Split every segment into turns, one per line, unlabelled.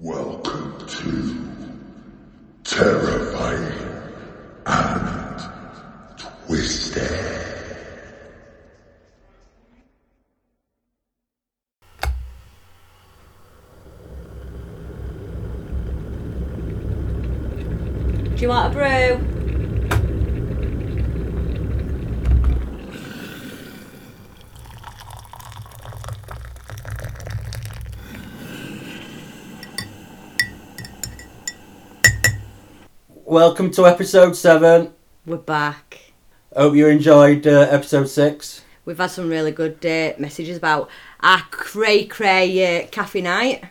Welcome to Terrifying and Twisted.
Do you want a brew?
Welcome to episode seven.
We're back.
Hope you enjoyed uh, episode six.
We've had some really good uh, messages about our cray cray uh, cafe night.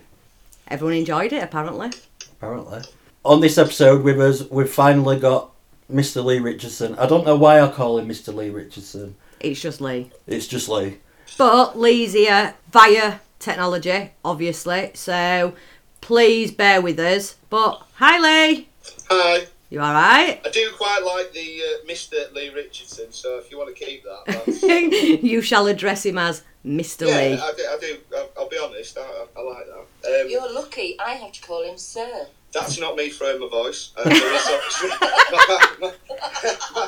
Everyone enjoyed it, apparently.
Apparently, on this episode with us, we've finally got Mr. Lee Richardson. I don't know why I call him Mr. Lee Richardson.
It's just Lee.
It's just Lee.
But Lee's here via technology, obviously. So please bear with us. But hi, Lee.
Hi.
You all right?
Uh, I do quite like the uh, Mr. Lee Richardson, so if you want to keep that, that's...
you shall address him as Mr.
yeah,
Lee.
I do. I do I'll, I'll be honest, I, I, I like that. Um,
You're lucky I have to call him sir.
That's not me throwing my voice. Um, there is obviously my, my,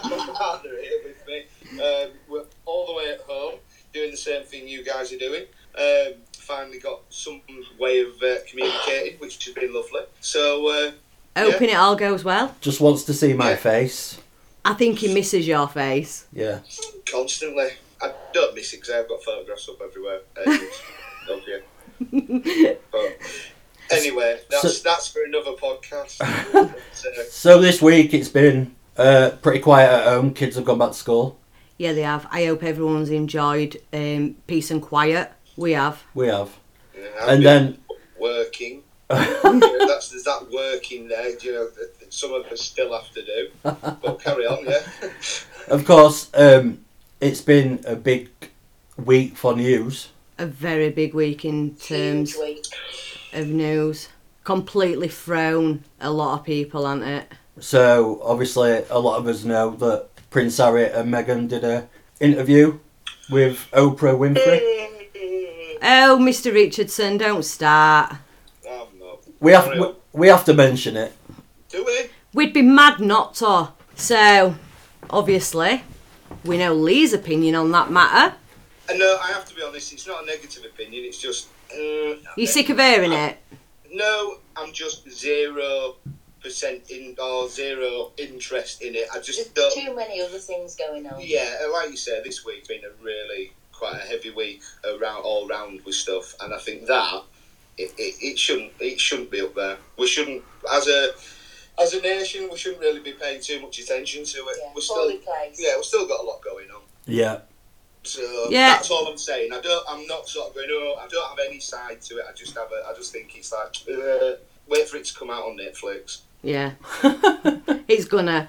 my partner here with me. Um, we're all the way at home doing the same thing you guys are doing. Um, finally got some way of uh, communicating, which has been lovely. So uh,
Hoping it all goes well.
Just wants to see my
Yeah.
face.
I think he misses your face.
Yeah.
constantly, I don't miss it because I've got photographs up everywhere. Uh, And, love you. But anyway, that's that's for another podcast. Uh, So,
So this week it's been uh, pretty quiet at home. Kids have gone back to school.
Yeah, they have. I hope everyone's enjoyed um, peace and quiet. We have.
We have.
you know, I've been
And then
working. You know, that's there's that working there. You know, that- that some of us still have to do. But carry on, yeah.
Of course, um, it's been a big week for news.
a very big week in terms
Huge week.
of news. Completely thrown a lot of people, aren't it?
So obviously, a lot of us know that Prince Harry and Meghan did a interview with Oprah Winfrey.
Oh, Mr. Richardson, don't start.
I'm not.
We have we, we have to mention it.
Do we?
We'd be mad not to. So, obviously, we know Lee's opinion on that matter.
And no, I have to be honest. It's not a negative opinion. It's just. Uh,
You're sick of hearing it.
No, I'm just zero percent in or zero interest in it. I
There's
just don't.
too many other things going on.
Yeah, and like you said, this week been a really quite a heavy week around all round with stuff, and I think that it, it, it shouldn't it shouldn't be up there. We shouldn't as a as a nation we shouldn't really be paying too much attention to it.
Yeah,
we're still
poorly placed.
yeah we've still got a lot going on.
Yeah,
So
Yeah.
that's all I'm saying. I don't. I'm not sort of going. Oh, I don't have any side to it. I just have a. I just think it's like uh, wait for it to come out on Netflix.
Yeah. it's gonna.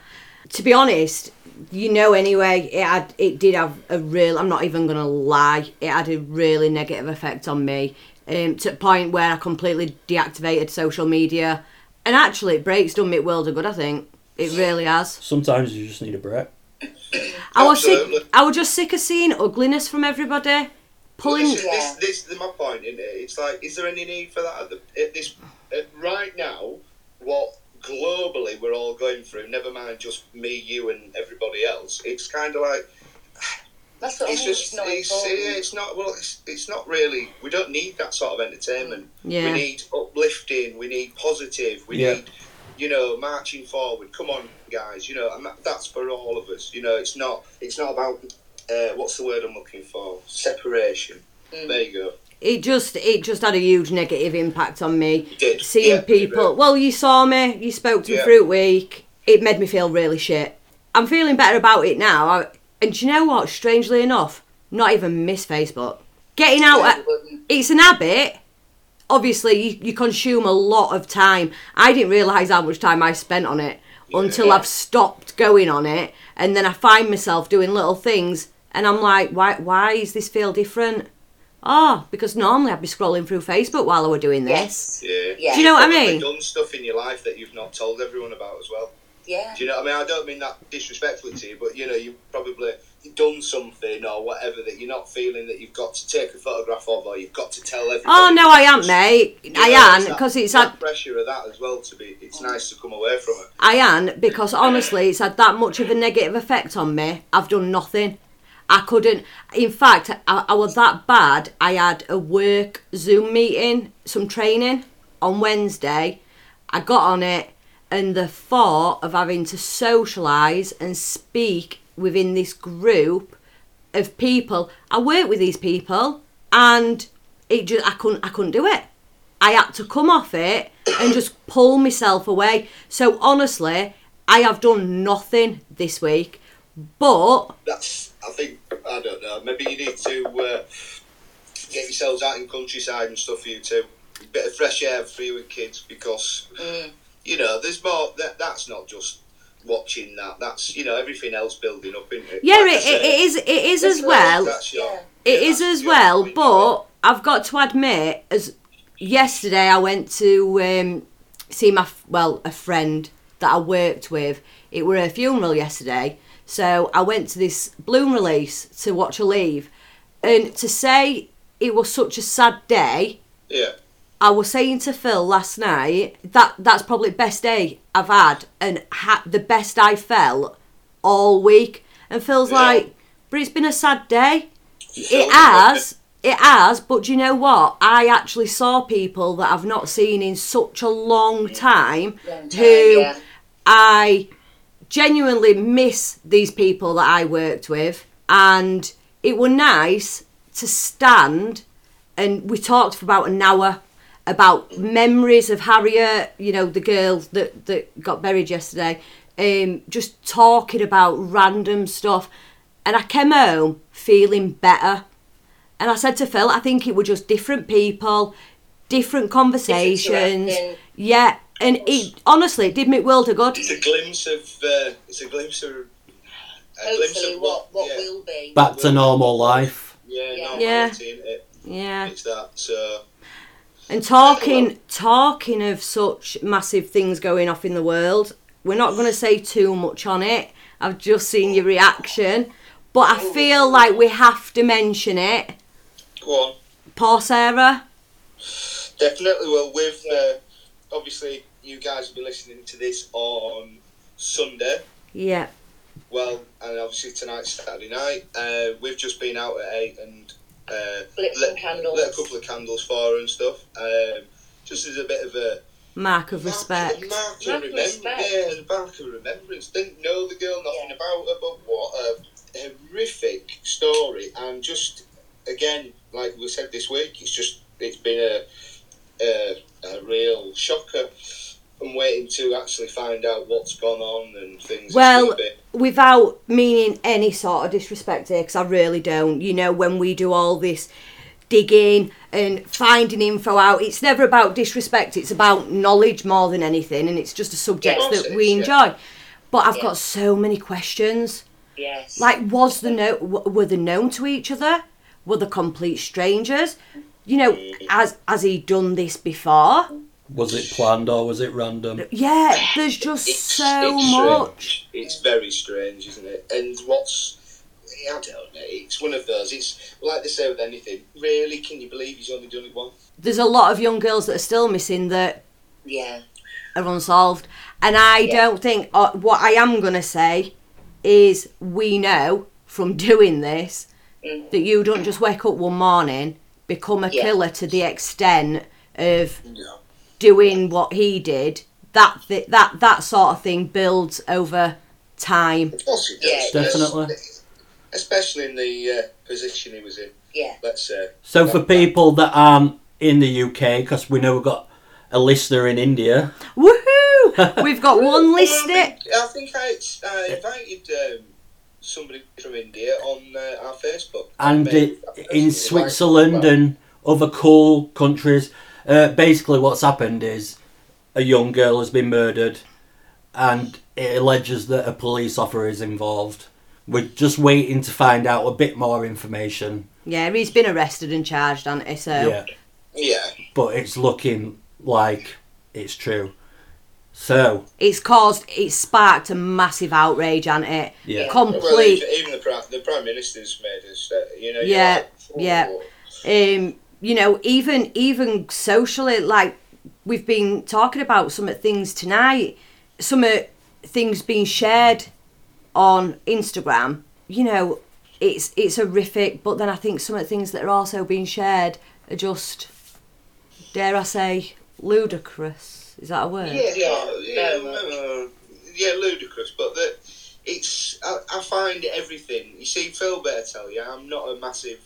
To be honest, you know, anyway, it had, it did have a real. I'm not even gonna lie. It had a really negative effect on me, um, to the point where I completely deactivated social media. And actually, it breaks done me world of good. I think it really has.
sometimes you just need a break.
I was sick.
Absolutely.
I was just sick of seeing ugliness from everybody. Pulling.
This, this, this, is my point, isn't it? It's like, is there any need for that at, the, at this at right now? What globally we're all going through. Never mind just me, you, and everybody else. It's kind of like
That's what I
it's
mean. It's
just
not
it's, yeah,
important.
it's not well. It's, it's not really. We don't need that sort of entertainment.
Yeah.
We need uplifting. We need positive. We
Yeah.
need you know marching forward. Come on, guys. You know, and that, that's for all of us. You know, it's not it's not about uh, what's the word I'm looking for? Separation.
Mm.
There you go.
It just. It just had a huge negative impact on me.
did.
seeing
Yeah,
people.
yeah.
Well, you saw me. You spoke to me
Yeah.
Fruit Week. It made me feel really shit. I'm feeling better about it now. I, and do you know what? Strangely enough, not even miss Facebook. Getting out.
Yeah,
at-
you wouldn't.
it's an habit. Obviously, you, you consume a lot of time. I didn't realise how much time I spent on it until I've stopped going on it, and then I find myself doing little things, and I'm like, why? Why is this feel different? Oh, because normally I'd be scrolling through Facebook while I were doing this.
Yes.
Yeah.
Yeah.
Do you know what I
Probably
mean?
Done stuff in your life that you've not told everyone about as well.
Yeah.
Do you know? what I mean, I don't mean that disrespectfully to you, but you know, you probably done something or whatever that you're not feeling that you've got to take a photograph of or you've got to tell everybody.
Oh no, I am, mate.
You know,
I
it's
am
that-
because it's
that
had
pressure of that as well. To be, it's nice to come away from it.
I am because honestly, it's had that much of a negative effect on me. I've done nothing. I couldn't. In fact, I, I was that bad. I had a work Zoom meeting, some training on Wednesday. I got on it, and the thought of having to socialise and speak within this group of people, I work with these people, and it just I couldn't I couldn't do it. I had to come off it and just pull myself away. So honestly, I have done nothing this week. But
That's. I think I don't know. Maybe you need to uh, get yourselves out in countryside and stuff. You two, bit of fresh air for you and kids because
Mm.
you know there's more. That that's not just watching that. That's you know everything else building up, isn't it?
yeah,
Like
it,
I
it,
say,
it is it is as
That's
well.
that's your-
Yeah.
It
yeah,
is
that's
as
your
well,
point,
but I've got to admit, as yesterday I went to um, see my f- well a friend that I worked with. It were a funeral yesterday, so I went to this Bloom release to watch her leave, and to say it was such a sad day.
yeah.
I was saying to Phil last night that that's probably the best day I've had and ha- the best I felt all week. And Phil's
Yeah.
like, but it's been a sad day.
Phil,
It has. It has, but do you know what? I actually saw people that I've not seen in such a long time,
Long time,
who
yeah.
I genuinely miss these people that I worked with. And it were nice to stand and we talked for about an hour about memories of Harriet, you know, the girl that, that got buried yesterday, um, just talking about random stuff. And I came home feeling better. And I said to Phil, I think it were just different people, different conversations.
interacting.
yeah. And it honestly it did me world of good.
It's a glimpse of. Uh, it's a glimpse of. A glimpse
Hopefully,
of
what what
yeah,
will be.
Back to normal life.
yeah,
Yeah.
normality,
Yeah.
isn't it?
Yeah.
It's that. So
And talking talking of such massive things going off in the world, we're not going to say too much on it. I've just seen your reaction, but I feel like we have to mention it.
go on.
Poor Sarah.
Definitely. Well, with uh, obviously you guys will be listening to this on Sunday.
Yeah.
Well, and obviously tonight's Saturday night. Uh, we've just been out at eight and uh,
Lit some candles.
lit a couple of candles for her and stuff. Um, just as a bit of a
Mark of respect.
mark, mark of
Mark of
remembrance.
respect.
Yeah, as a mark of remembrance. Didn't know the girl, nothing
Yeah.
about her, but what a horrific story. And just again, like we said this week, it's just it's been a a, a real shocker. I'm waiting to actually find out what's gone on and things. It's
Well,
been a bit-
without meaning any sort of disrespect here, because I really don't. You know, when we do all this digging and finding info out, it's never about disrespect. It's about knowledge more than anything, and it's just a subject
Yeah, of course
that
it
we
is, yeah.
enjoy. But I've
Yeah.
got so many questions.
Yes.
Like, was the no? w- Were they known to each other? Were they complete strangers? You know, has has he done this before?
Was it planned or was it random?
Yeah, there's just
it's,
so
it's
much.
Strange. It's very strange, isn't it? And what's I don't know. It's one of those. It's like they say with anything. Really, can you believe he's only done it once?
There's a lot of young girls that are still missing that
yeah.
are unsolved. And I don't think uh, what I am going to say is we know from doing this
Mm.
that you don't just wake up one morning, become a
Yeah.
killer to the extent of
No.
doing what he did. That th- that that sort of thing builds over time.
Of course he does.
Yeah,
Definitely.
Especially in the uh, position he was in.
Yeah.
Let's uh, say.
So for people that aren't in the UK, because we know we've got a listener in India,
Woohoo! We've got one listener.
I think, I think I, I invited um, somebody from India on uh, our Facebook.
and
Maybe
it,
that person
in
invited
Switzerland
as
and other cool countries, uh, basically what's happened is a young girl has been murdered, and it alleges that a police officer is involved. We're just waiting to find out a bit more information,
Yeah, he's been arrested and charged, hasn't he? So
yeah.
well. Yeah.
but it's looking like it's true. So
it's caused, it's sparked a massive outrage, hasn't it?
Yeah.
Complete.
Well, even, even the Prime the prime minister's made us. Uh, you know.
Yeah,
You're like,
yeah.
"Ooh."
um, you know, even even socially, like we've been talking about some of things tonight, some of things being shared on Instagram. You know, it's it's horrific, but then I think some of the things that are also being shared are just, dare I say, ludicrous. Is that a word?
Yeah,
Yeah,
yeah, yeah,
very much.
uh, yeah, ludicrous. But the, it's I, I find everything. You see, Phil better tell you, I'm not a massive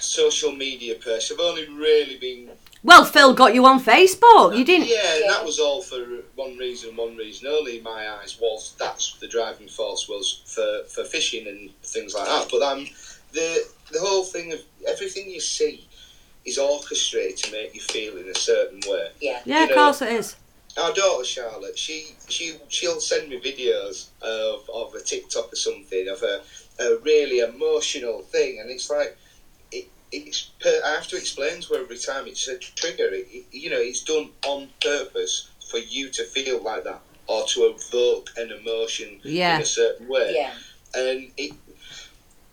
social media person. I've only really been.
Well, Phil got you on Facebook. You didn't.
Yeah, and that was all for one reason, one reason only. In my eyes was that's the driving force was for for fishing and things like that. But um, the the whole thing of everything you see is orchestrated to make you feel in a certain way.
yeah,
Yeah, of
You know-
course it is.
our daughter Charlotte, she she she'll send me videos of, of a TikTok or something of a, a really emotional thing, and it's like it, it's per, I have to explain to her every time it's a trigger. It, it- you know, it's done on purpose for you to feel like that or to evoke an emotion
Yeah.
in a certain way,
yeah.
and it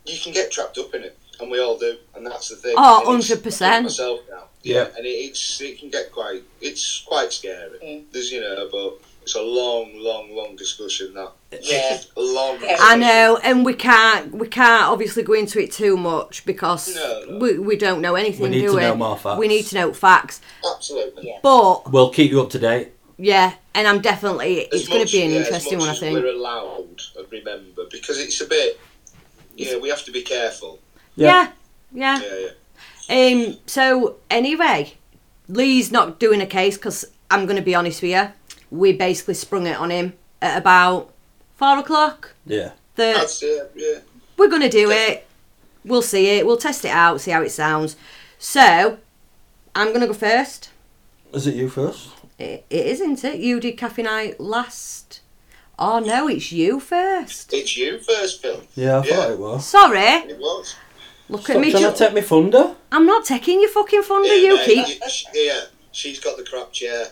you can get trapped up in it, and we all do, and that's the thing.
Oh,
And it's- I do it
100%.
Myself now,
Yeah.
and it, it's it can get quite it's quite scary.
Mm.
There's you know, but it's a long, long, long discussion that.
Yeah.
long.
Yeah.
I know, and we can't we can't obviously go into it too much because
No, no.
We, we don't know anything.
We need
do
to
we?
know more facts.
We need to know facts,
Absolutely.
Yeah.
but
We'll keep you up to date.
yeah, and I'm definitely
As
it's going to
much-
be an
yeah, as
interesting
much
one. I
as
think.
We're allowed, I remember, because it's a bit. Yeah, we have to be careful.
Yeah, yeah.
Yeah, yeah.
Um. So anyway, Lee's not doing a case because I'm going to be honest with you. We basically sprung it on him at about four o'clock.
Yeah.
That
That's it. Yeah.
we're going to do it. We'll see it. We'll test it out. See how it sounds. So I'm going to go first.
Is it you first?
It, it is, isn't it? You did Cafe Night last. Oh no, it's you first.
It's you first, Phil.
Yeah, I
Yeah.
thought it was.
Sorry,
It was.
look
Stop
at me.
trying to
Ju-
take me thunder.
I'm not taking your fucking thunder,
Yeah,
you
mate,
keep.
you- sh- Yeah, she's got the crap chair.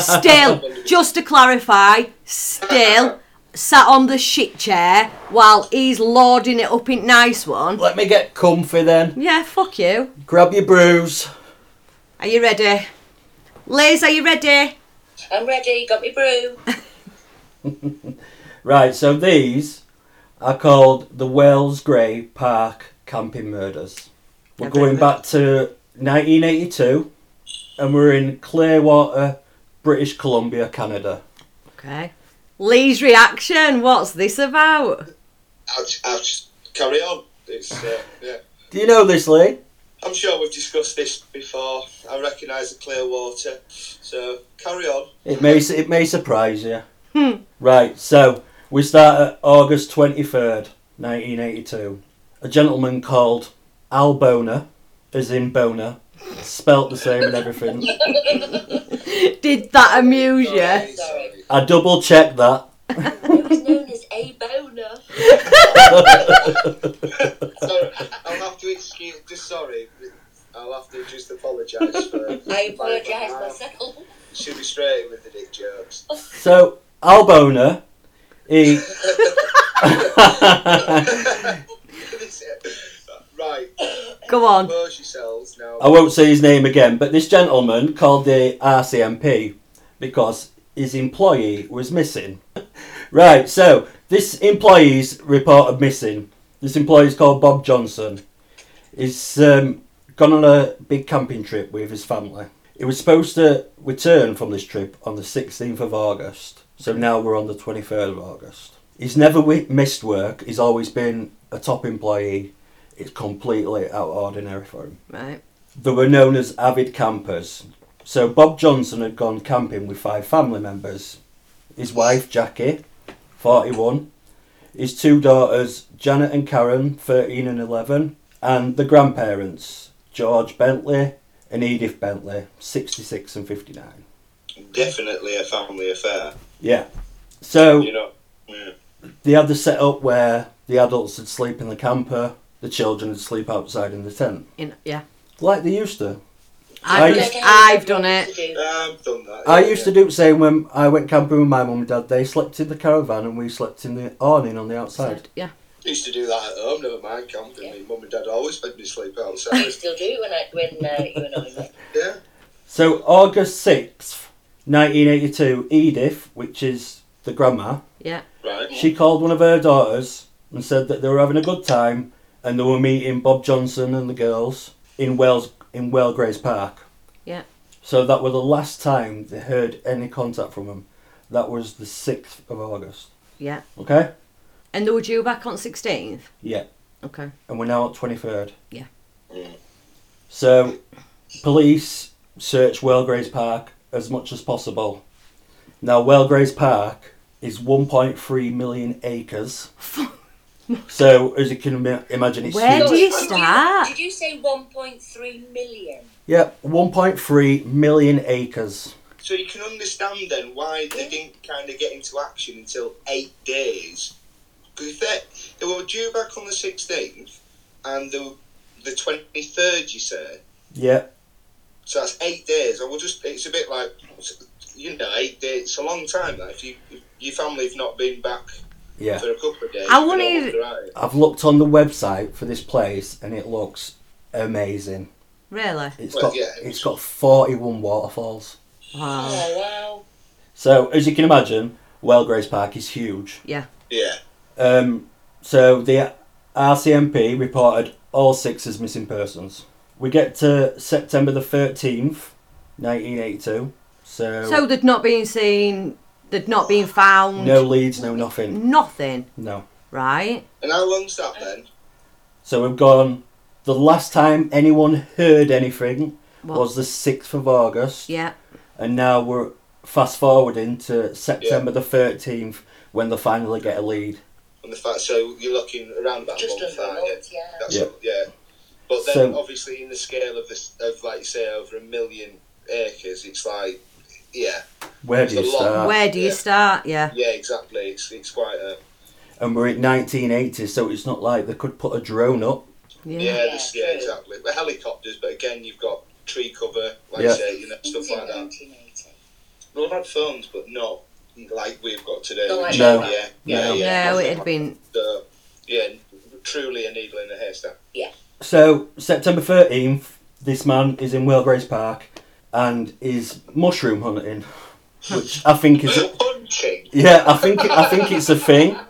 Still, just to clarify, still sat on the shit chair while he's lording it up in nice one.
Let me get comfy then.
Yeah, fuck you.
Grab your brews.
Are you ready? Liz, are you ready?
I'm ready. Got me brew.
Right, so these are called the Wales Grey Park Camping Murders. We're
Never
going
heard.
back to 1982 and we're in Clearwater, British Columbia, Canada.
Okay. Lee's reaction. What's this about?
I'll, j- I'll just carry on. It's uh, yeah.
Do you know this, Lee?
I'm sure we've discussed this before. I recognise the clear water, so carry on.
It may, su- it may surprise you. Right, so we start at August 23rd, 1982. A gentleman called Al Boner, as in Boner, spelt the same and everything.
Did that amuse you?
Sorry, sorry.
I double checked that.
It was known as a boner.
Sorry, I'll have to excuse. Just sorry. I'll have to just apologise for.
I apologise
I
myself.
Should be straight in with the dick jokes.
So Al Boner, he
right,
Go on.
compose yourselves now.
I won't say his name again, but this gentleman called the RCMP because his employee was missing. right, so this employee's reported missing. This employee's called Bob Johnson. He's um, gone on a big camping trip with his family. He was supposed to return from this trip on the 16th of August, so now we're on the 23rd of August. He's never wi- missed work, he's always been a top employee. It's completely out of ordinary for him
Right.
they were known as avid campers. So Bob Johnson had gone camping with five family members. His wife Jackie, 41, his two daughters Janet and Karen, 13 and 11, and the grandparents George Bentley and Edith Bentley, 66 and 59.
Definitely a family affair.
Yeah. So
You know. Yeah.
they had the setup where the adults would sleep in the camper, the children would sleep outside in the tent,
In, yeah.
like they used to.
I've,
I-
done, I've done it.
I've done that.
I
yeah,
used
yeah.
to do the same when I went camping with my mum and dad. They slept in the caravan and we slept in the awning on the outside.
Yeah.
used to do that at home, never mind camping. My mum and dad always made me sleep
I
outside.
still do when I when uh, you and I met.
yeah.
So August 6th, 1982, Edith, which is the grandma,
Yeah.
Right.
she called one of her daughters and said that they were having a good time and they were meeting Bob Johnson and the girls in Wells in Wellgraves Park.
Yeah.
So that were the last time they heard any contact from them. That was the 6th of August.
Yeah.
Okay?
And they were due back on 16th?
Yeah.
Okay.
And we're now at 23rd.
Yeah.
Mm.
So police search Wellgraves Park as much as possible. Now Wellgraves Park is 1.3 million acres. so as you can ima- imagine it's
Where
huge.
do you
Did
start?
Did you say 1.3 million?
Yep, 1.3 million acres.
So you can understand then why they didn't kind of get into action until eight days. Because if they, they were due back on the 16th and the, the 23rd, you said,
Yep.
so that's eight days. I will just, it's a bit like, you know, eight days, it's a long time. Like, if, you, if your family's not been back
Yeah.
for a couple of days,
I
you
wouldn't
know,
even-
right.
I've looked on the website for this place and it looks amazing.
Really?
It's
Well,
got
yeah, it
it's
was-
got 41 waterfalls.
Wow.
Oh wow!
So as you can imagine, Wellgraves Park is huge.
Yeah.
Um, so the RCMP reported all six as missing persons. We get to September the 13th, 1982. So,
So they'd not been seen, they'd not been found,
no leads, no nothing.
nothing,
No.
right?
And how long's
Uh,
that then?
So we've gone. The last time anyone heard anything
What?
was the 6th of August.
Yeah,
And now we're fast forwarding to September the 13th when they finally get a lead.
And the fact, so you're looking around about
Just
one
under a
five, yeah.
month, yeah.
That's
Yeah.
yeah. yeah. But then,
So-
obviously, in the scale of this, of like you say, over a million acres, it's like, yeah,
Where do you
It's a lot.
start?
where do you
yeah.
start? Yeah,
yeah, exactly. It's it's quite a
And we're in 1980, so it's not like they could put a drone up.
yeah,
yeah,
Yeah,
this, yeah
true.
exactly. Well, helicopters, but again, you've got tree cover, like
Yeah.
you say, you know, stuff like that.
1980.
We've had phones, but not like we've got today.
Not
which-
like
No.
yeah, yeah,
No.
yeah.
No, it'd been
So, yeah, truly a needle in a haystack.
So September thirteenth, this man is in Wellgraves Park and is mushroom hunting, which I think is
Punching.
yeah, I think I think it's a thing.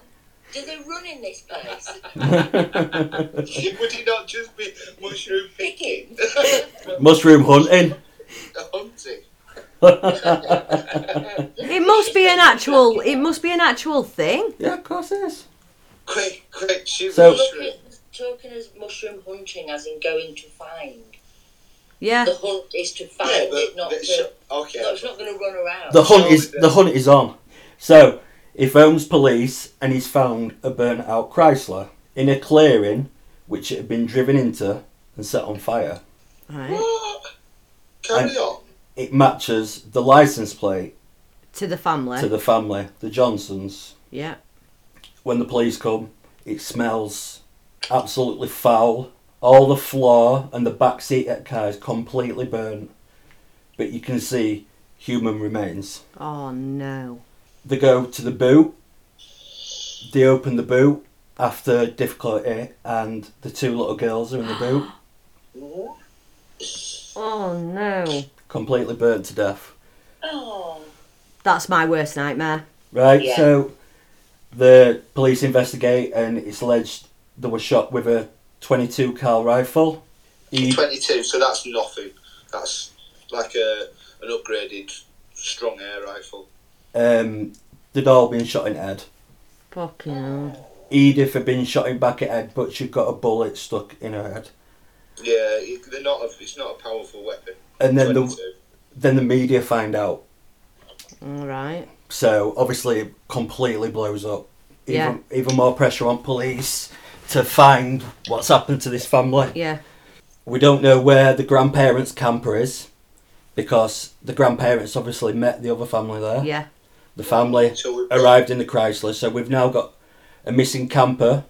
Do they run in this place?
Would it not just be mushroom picking?
mushroom hunting.
Hunting.
it must be an actual it must be an actual thing
yeah, of course it is.
Quick, quick, shoot
So-
mushroom.
Talking, talking as mushroom hunting, as in going to find.
yeah
The hunt is to find
Yeah,
it, not
but-
to.
but sh- okay.
No, it's not going to run around.
The hunt is the hunt is on. So he phones police and he's found a burnt out Chrysler in a clearing which it had been driven into and set on fire.
right
What? Carry
And-
on.
It matches the license plate
to the family
to the family, the Johnsons.
yeah
when the police come, it smells absolutely foul. All the floor and the back seat of the car is completely burnt, but you can see human remains.
oh no
They go to the boot. They open the boot after difficulty, and the two little girls are in the boot,
oh no
completely burnt to death.
Oh,
that's my worst nightmare
Right,
Yeah.
so the police investigate, and it's alleged they were shot with a 22 cal rifle. He-
22, so that's nothing. That's like a an upgraded strong air rifle.
um, they'd all been shot in head.
fucking hell.
Edith had been shot in back at head, but she'd got a bullet stuck in her head.
Yeah, it- they're not. A, it's not a powerful weapon.
And then the
22.
then the media find out.
Oh.
all right
So obviously it completely blows up. Even
Yeah.
even more pressure on police to find what's happened to this family.
yeah
We don't know where the grandparents' camper is because the grandparents obviously met the other family there.
yeah
The family
So we've got-
arrived in the Chrysler, so we've now got a missing camper,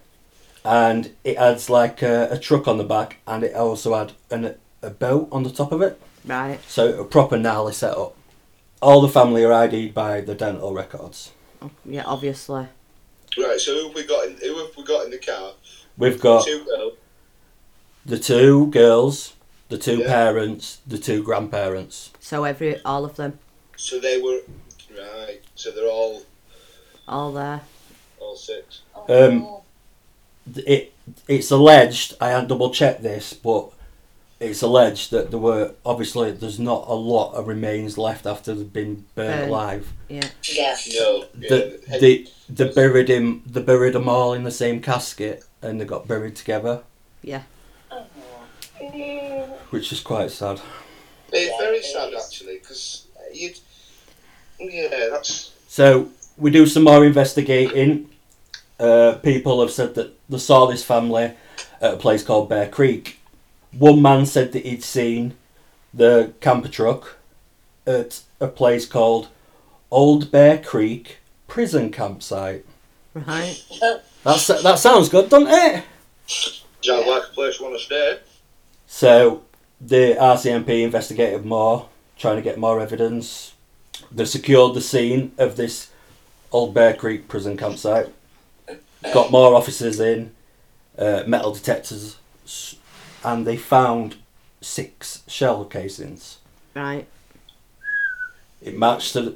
and it has like a, a truck on the back, and it also had an, a boat on the top of it,
right
so a proper gnarly setup. All the family are ID'd by the dental records.
yeah obviously
Right, so who have we got in, who have we got in the car?
We've got
Two oh, girls.
the two girls, the two
Yeah.
parents, the two grandparents.
So every all of them,
So they were right. So they're all
all there.
all six.
Oh,
Um, It it's alleged. I had double checked this, but it's alleged that there were obviously there's not a lot of remains left after they've been burnt
Burnt.
alive.
yeah.
No.
The,
yeah,
they they buried him. They buried them all in the same casket, and they got buried together,
Mm,
which is quite sad.
It's very sad actually because you'd yeah that's
So we do some more investigating. Uh, people have said that they saw this family at a place called Bear Creek. One man said that he'd seen the camper truck at a place called Old Bear Creek Prison Campsite.
Right.
That's, that sounds good, doesn't it?
Sounds like a place you want to stay.
So the RCMP investigated more, trying to get more evidence. They secured the scene of this old Bear Creek prison campsite. Got more officers in, uh, metal detectors, s- and they found six shell casings.
Right.
It matched the,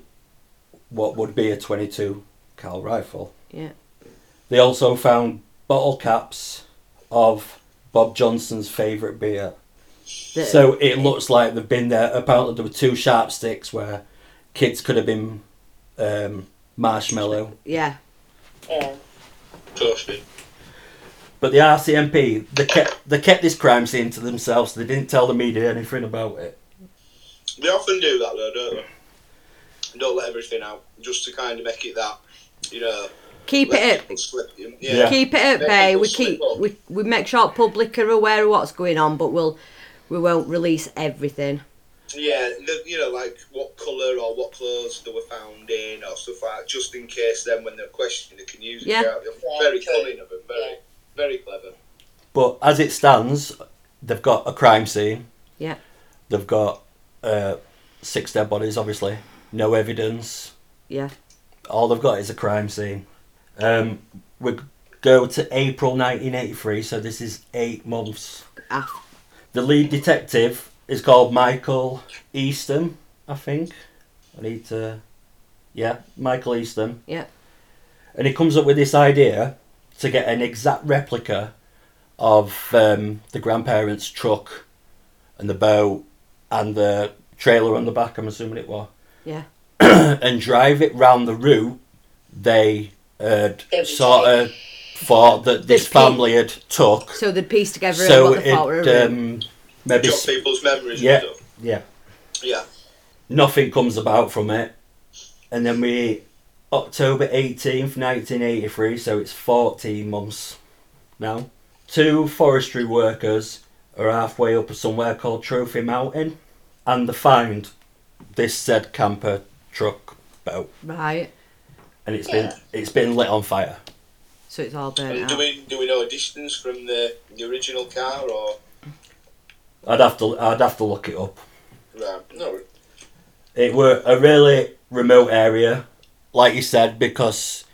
what would be a 22 cal rifle.
Yeah.
They also found bottle caps of Bob Johnson's favourite beer,
The-
so it looks like they've been there. Apparently, there were two sharp sticks where kids could have been um, marshmallow.
yeah.
yeah.
Toasted.
But the RCMP they kept they kept this crime scene to themselves. They didn't tell the media anything about it.
They often do that though, don't they? Don't let everything out just to kind of make it that you know.
Keep
let
it
people
at
Slip, yeah.
Yeah.
keep it at
Let
bay.
people
We
slip
keep
up.
we, we make sure public are aware of what's going on, but we'll we won't release everything.
Yeah, the, you know, like what colour or what clothes they were found in or stuff like that, just in case then when they're questioned they can use it.
Yeah.
throughout the-
Yeah,
Very
true.
cunning of them, very,
Yeah.
very clever.
But as it stands, they've got a crime scene.
Yeah.
They've got uh, six dead bodies. Obviously, no evidence.
Yeah.
All they've got is a crime scene. Um, we go to April 1983, so this is eight months
Af-
The lead detective is called Michael Easton, I think. I need to. Yeah, Michael Easton.
Yeah.
And he comes up with this idea to get an exact replica of um, the grandparents' truck and the boat and the trailer on the back, I'm assuming it was.
Yeah.
and drive it round the route they had
They were
sort of thought that this
pe-
family had took.
so they'd piece together
So
what they thought were a
it
route.
um, maybe
Jot people's memories
Yeah.
and stuff.
Yeah.
Yeah.
Nothing comes about from it. And then we, October 18th, 1983, so it's 14 months now. Two forestry workers are halfway up somewhere called Trophy Mountain and they find this said camper truck boat
right.
and it's been
Yeah.
it's been lit on fire.
So it's all burnt
And
out.
do we do we know a distance from the, the original car or
I'd have to I'd have to look it up.
no? No.
It were a really remote area, like you said, because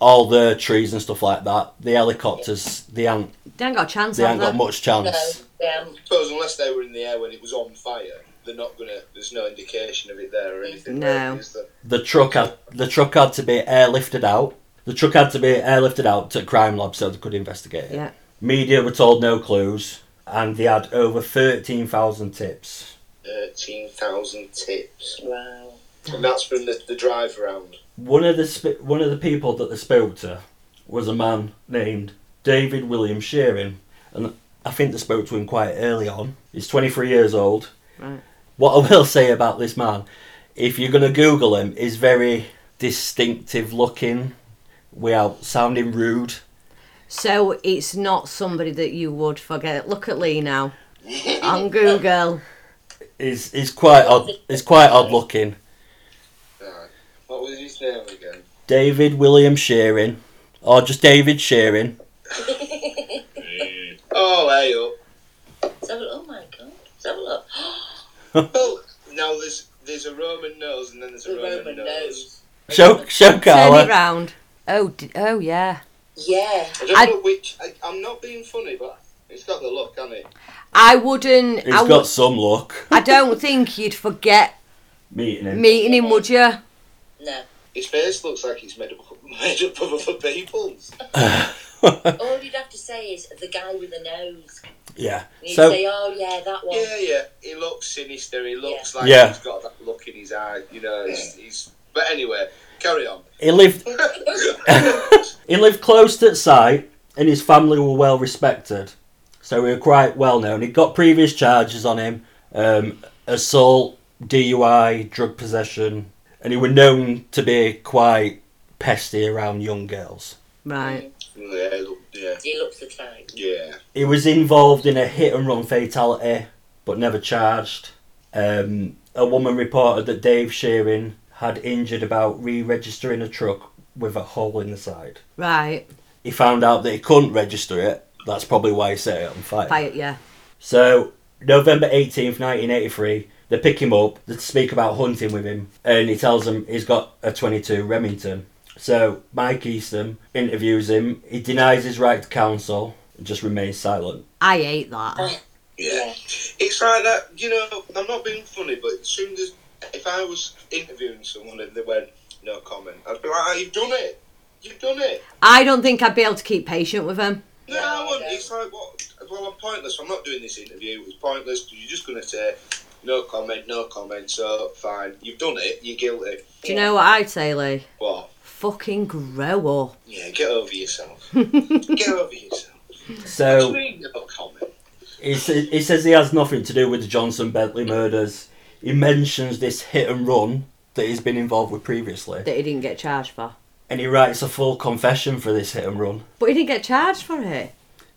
all the trees and stuff like that. The helicopters, they ain't
They ain't got a chance,
they ain't
have
got
they?
much
No,
chance.
um,
suppose unless they were in the air when it was on fire, they're not gonna. There's no indication of it there or anything.
No.
really, is there?
The truck had the truck had to be airlifted out. The truck had to be airlifted out to crime lab so they could investigate it.
Yeah.
Media were told no clues, and they had over thirteen thousand tips.
Thirteen thousand tips,
wow.
and that's from the, the drive round.
One of the sp- one of the people that they spoke to was a man named David William Shearing, and I think they spoke to him quite early on. He's 23 years old.
Right.
What I will say about this man, if you're gonna Google him, he's very distinctive looking, without sounding rude.
So it's not somebody that you would forget. Look at Lee now on Google.
He's he's quite odd. He's quite odd looking.
Right. What was his name again?
David William Shearing, or just David Shearing.
Oh, hey up.
Let's have a look. Oh my god. Let's have a look.
Well, now there's there's a Roman nose and then there's a
The
Roman,
Roman
nose.
nose.
Show show
Turn it
Carla.
round.
Oh, d oh yeah.
Yeah.
I don't
I-
know which. I, I'm not being funny, but it's got the look, hasn't it?
I wouldn't.
He's
I,
got
would,
some luck
I don't think you'd forget
meeting him.
meeting him, would you?
No.
His face looks like he's made up, made up of other people's.
All you'd have to say is the guy with the nose.
yeah.
You'd
So
say, oh yeah, that one.
Yeah, yeah. He looks sinister. He looks like
Yeah.
he's got that look in his eye. You know, he's. he's but anyway, carry on.
he lived he lived close to the site, and his family were well respected, so he was quite well known. He got previous charges on him: um, assault, DUI, drug possession, and he was known to be quite pesty around young girls.
Right.
yeah, look, yeah,
He looks the type.
yeah.
He was involved in a hit and run fatality, but never charged. Um, a woman reported that Dave Sheeran had injured about re-registering a truck with a hole in the side.
Right.
He found out that he couldn't register it. That's probably why he set it on fire.
Fight it, yeah.
So November eighteenth, nineteen eighty-three, they pick him up. They speak about hunting with him, and he tells them he's got a twenty-two Remington. So Mike Easton interviews him. He denies his right to counsel and just remains silent.
I hate that.
Yeah. It's like that, you know, I'm not being funny, but as soon as, if I was interviewing someone and they went, no comment, I'd be like, ah, you've done it. You've done it.
I don't think I'd be able to keep patient with him.
No,
Yeah,
I wouldn't.
okay.
It's like, what? Well, I'm pointless. I'm not doing this interview. It's pointless 'cause you're just going to say, no comment, no comment, so fine. You've done it. You're guilty.
Do you know what I'd say, Lee?
What?
Fucking grow up.
Yeah, get over yourself. get over yourself.
So.
What do you mean, no comment?
He, sa- he says he has nothing to do with the Johnson Bentley murders. He mentions this hit and run that he's been involved with previously,
That he didn't get charged for.
and he writes a full confession for this hit and run.
But he didn't get charged for it.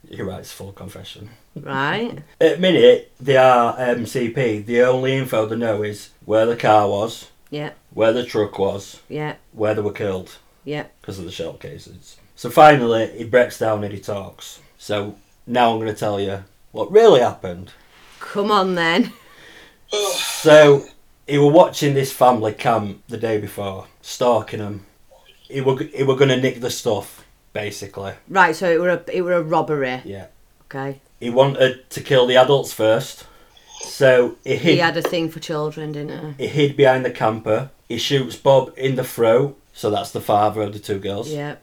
He writes full confession.
Right.
At minute, they are MCP. The only info they know is where the car was,
Yeah.
where the truck was,
Yeah.
where they were killed
Yeah.
because of the shell cases. So finally, he breaks down and he talks. So now I'm going to tell you what really happened.
Come on then.
So he were watching this family camp the day before, stalking them. He were he were gonna nick the stuff, basically.
Right. So it were a it were a robbery.
Yeah.
Okay.
He wanted to kill the adults first, so he hid.
He had a thing for children, didn't
he hid behind the camper. He shoots Bob in the throat, so that's the father of the two girls.
he? Yeah.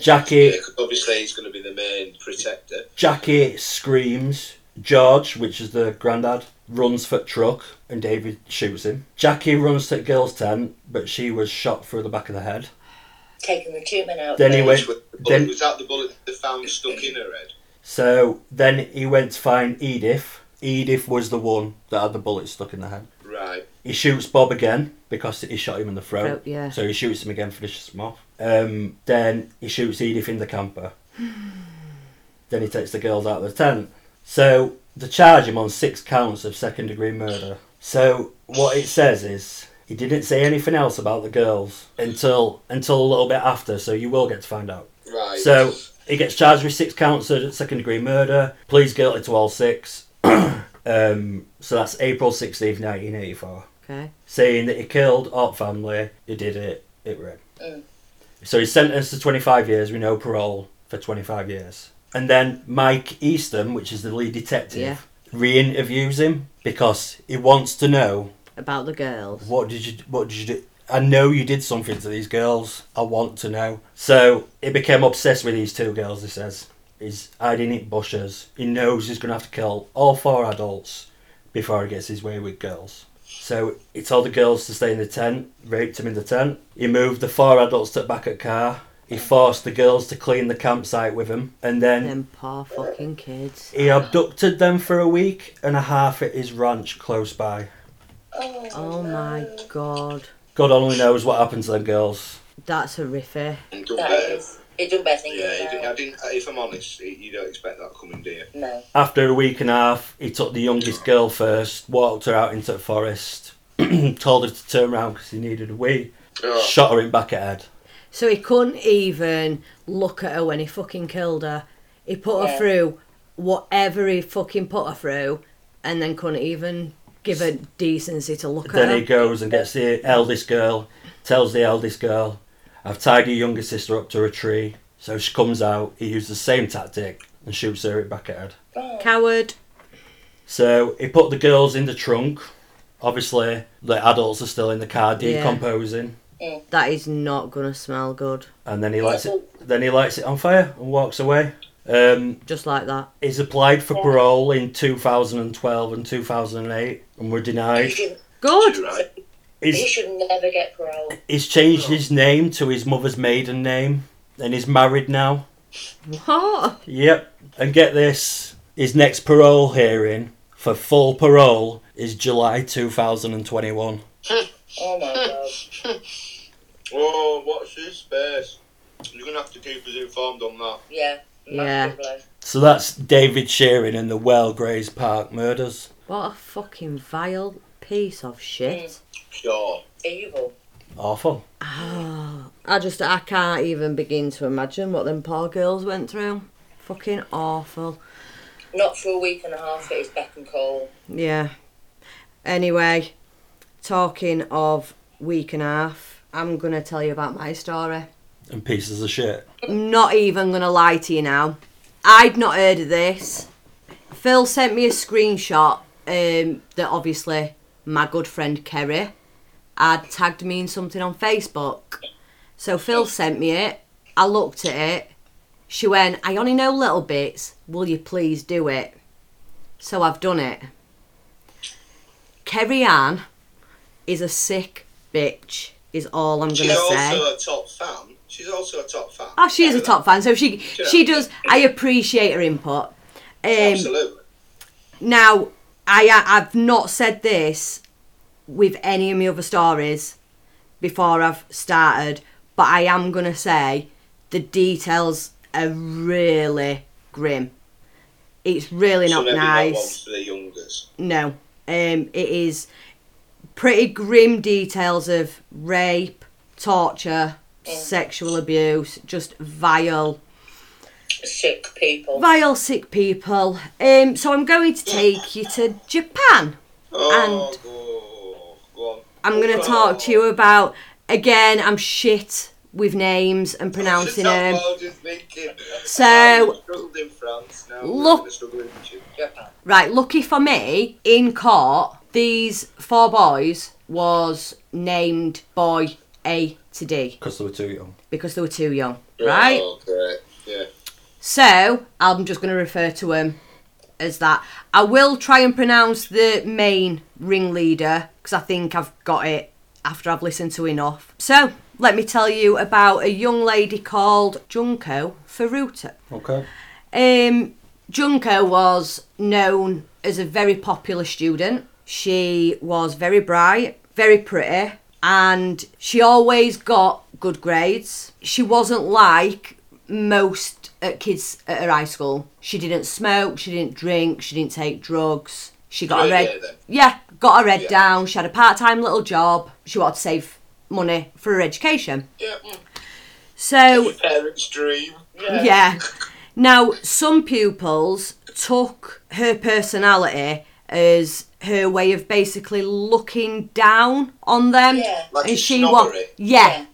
Jackie
Yeah, 'cause obviously, he's going to be the main protector.
Jackie screams. George, which is the granddad, runs for the truck and David shoots him. Jackie runs to the girl's tent, but she was shot through the back of the head.
Taking the two men out.
Then he
there.
went.
With the bullet-
Then
was that the bullet they found stuck in her head?
So then he went to find Edith. Edith was the one that had the bullet stuck in the head.
Right.
He shoots Bob again because he shot him in the throat.
Throat, yeah.
So he shoots him again, finishes him off. Um, then he shoots Edith in the camper. then he takes the girls out of the tent. So they charge him on six counts of second degree murder. So what it says is he didn't say anything else about the girls until until a little bit after. So you will get to find out.
Right.
So he gets charged with six counts of second degree murder, pleads guilty to all six. um, so that's April 16th, 1984.
Okay.
Saying that he killed Art Family, he did it, it were him.
Mm.
So he's sentenced to 25 years with no parole for 25 years. And then Mike Easton, which is the lead detective,
Yeah.
re interviews him because he wants to know
About the girls.
what did you what did you do I know you did something to these girls. I want to know. So he became obsessed with these two girls, he says. He's hiding in bushes. He knows he's gonna have to kill all four adults before he gets his way with girls. So he told the girls to stay in the tent, raped him in the tent. He moved the four adults to the back of the car. He forced the girls to clean the campsite with him and then
Them poor fucking kids.
he abducted them for a week and a half at his ranch close by.
Oh,
Oh my god.
God only knows what happened to them girls.
That's horrific.
And done
that
better.
is. uh, It done better than
Yeah,
you
you didn't-
know.
I didn't. uh, If I'm honest, you you don't expect that coming, do you?
No.
After a week and a half, he took the youngest girl first, walked her out into the forest, told her to turn around because he needed a wee,
Oh,
shot her in back of head.
So he couldn't even look at her when he fucking killed her. He put her
Yeah.
through whatever he fucking put her through, and then couldn't even give her decency to look at
Then
her.
he goes and gets the eldest girl, tells the eldest girl, I've tied your younger sister up to a tree, so she comes out. He uses the same tactic and shoots her back at her.
Oh.
Coward.
So he put the girls in the trunk. Obviously, the adults are still in the car
Yeah.
decomposing,
That is not gonna smell good.
and then he lights it. Then he lights it on fire and walks away. Um,
Just like that.
he's applied for parole in 2012 and 2008, and were denied.
He should,
Good.
Right.
he
He's,
should never get parole.
he's changed his name to his mother's maiden name, and he's married now.
What?
Yep. And get this his next parole hearing for full parole is July 2021.
Oh my god.
Oh, watch this space. You're gonna have to keep us informed on that.
Yeah.
Yeah.
massively.
So that's David Sheeran and the Well Grays Park murders.
What a fucking vile piece of shit.
Sure.
Evil.
Awful.
Ah, I just I can't even begin to imagine what them poor girls went through. Fucking awful.
Not for a week and a half, it is beck and call.
Yeah. Anyway, talking of week and a half, I'm gonna tell you about my story.
And pieces of shit.
not even gonna lie to you now. I'd not heard of this. Phil sent me a screenshot um, that obviously my good friend Kerry had tagged me in something on Facebook. So Phil sent me it. I looked at it. She went, I only know little bits. Will you please do it? So I've done it. Kerry Ann is a sick bitch, is all I'm going to
She's
say.
also a top fan. She's also a top fan.
Oh, she is a top fan, so she she does. I appreciate her input. Um,
Absolutely.
now, I I- I've not said this with any of my other stories before I've started, but I am gonna say the details are really grim. It's really
So
not
maybe
nice.
That one's for the youngest.
No. Um, it is pretty grim details of rape, torture, sexual abuse, just vile,
Sick people.
vile sick people. Um, so I'm going to take you to Japan.
Oh, go, go on.
I'm going to talk to you about, again, I'm shit with names and pronouncing them.
That's what I was just thinking.
So-
I struggled in France. Now we're
Look-
gonna struggle in Japan.
Japan.
Right, lucky for me, in court, these four boys was named boy A to D
Because they were too young.
because they were too young, right?
Oh, great. Yeah.
So I'm just going to refer to him as that. I will try and pronounce the main ringleader because I think I've got it after I've listened to enough. So let me tell you about a young lady called Junko Furuta.
Okay.
Um, Junko was known as a very popular student. She was very bright, very pretty, and she always got good grades. She wasn't like most uh, kids at her high school. She didn't smoke, she didn't drink, she didn't take drugs. She got
Great
a
idea
red,
then.
yeah, got her head
Yeah.
down. She had a part-time little job. She wanted to save money for her education.
Yeah.
So
Parents' dream.
Yeah.
yeah. Now, some pupils took her personality as her way of basically looking down on them.
Yeah.
Like
and
it's
she was.
snobbery.
Yeah. Sh-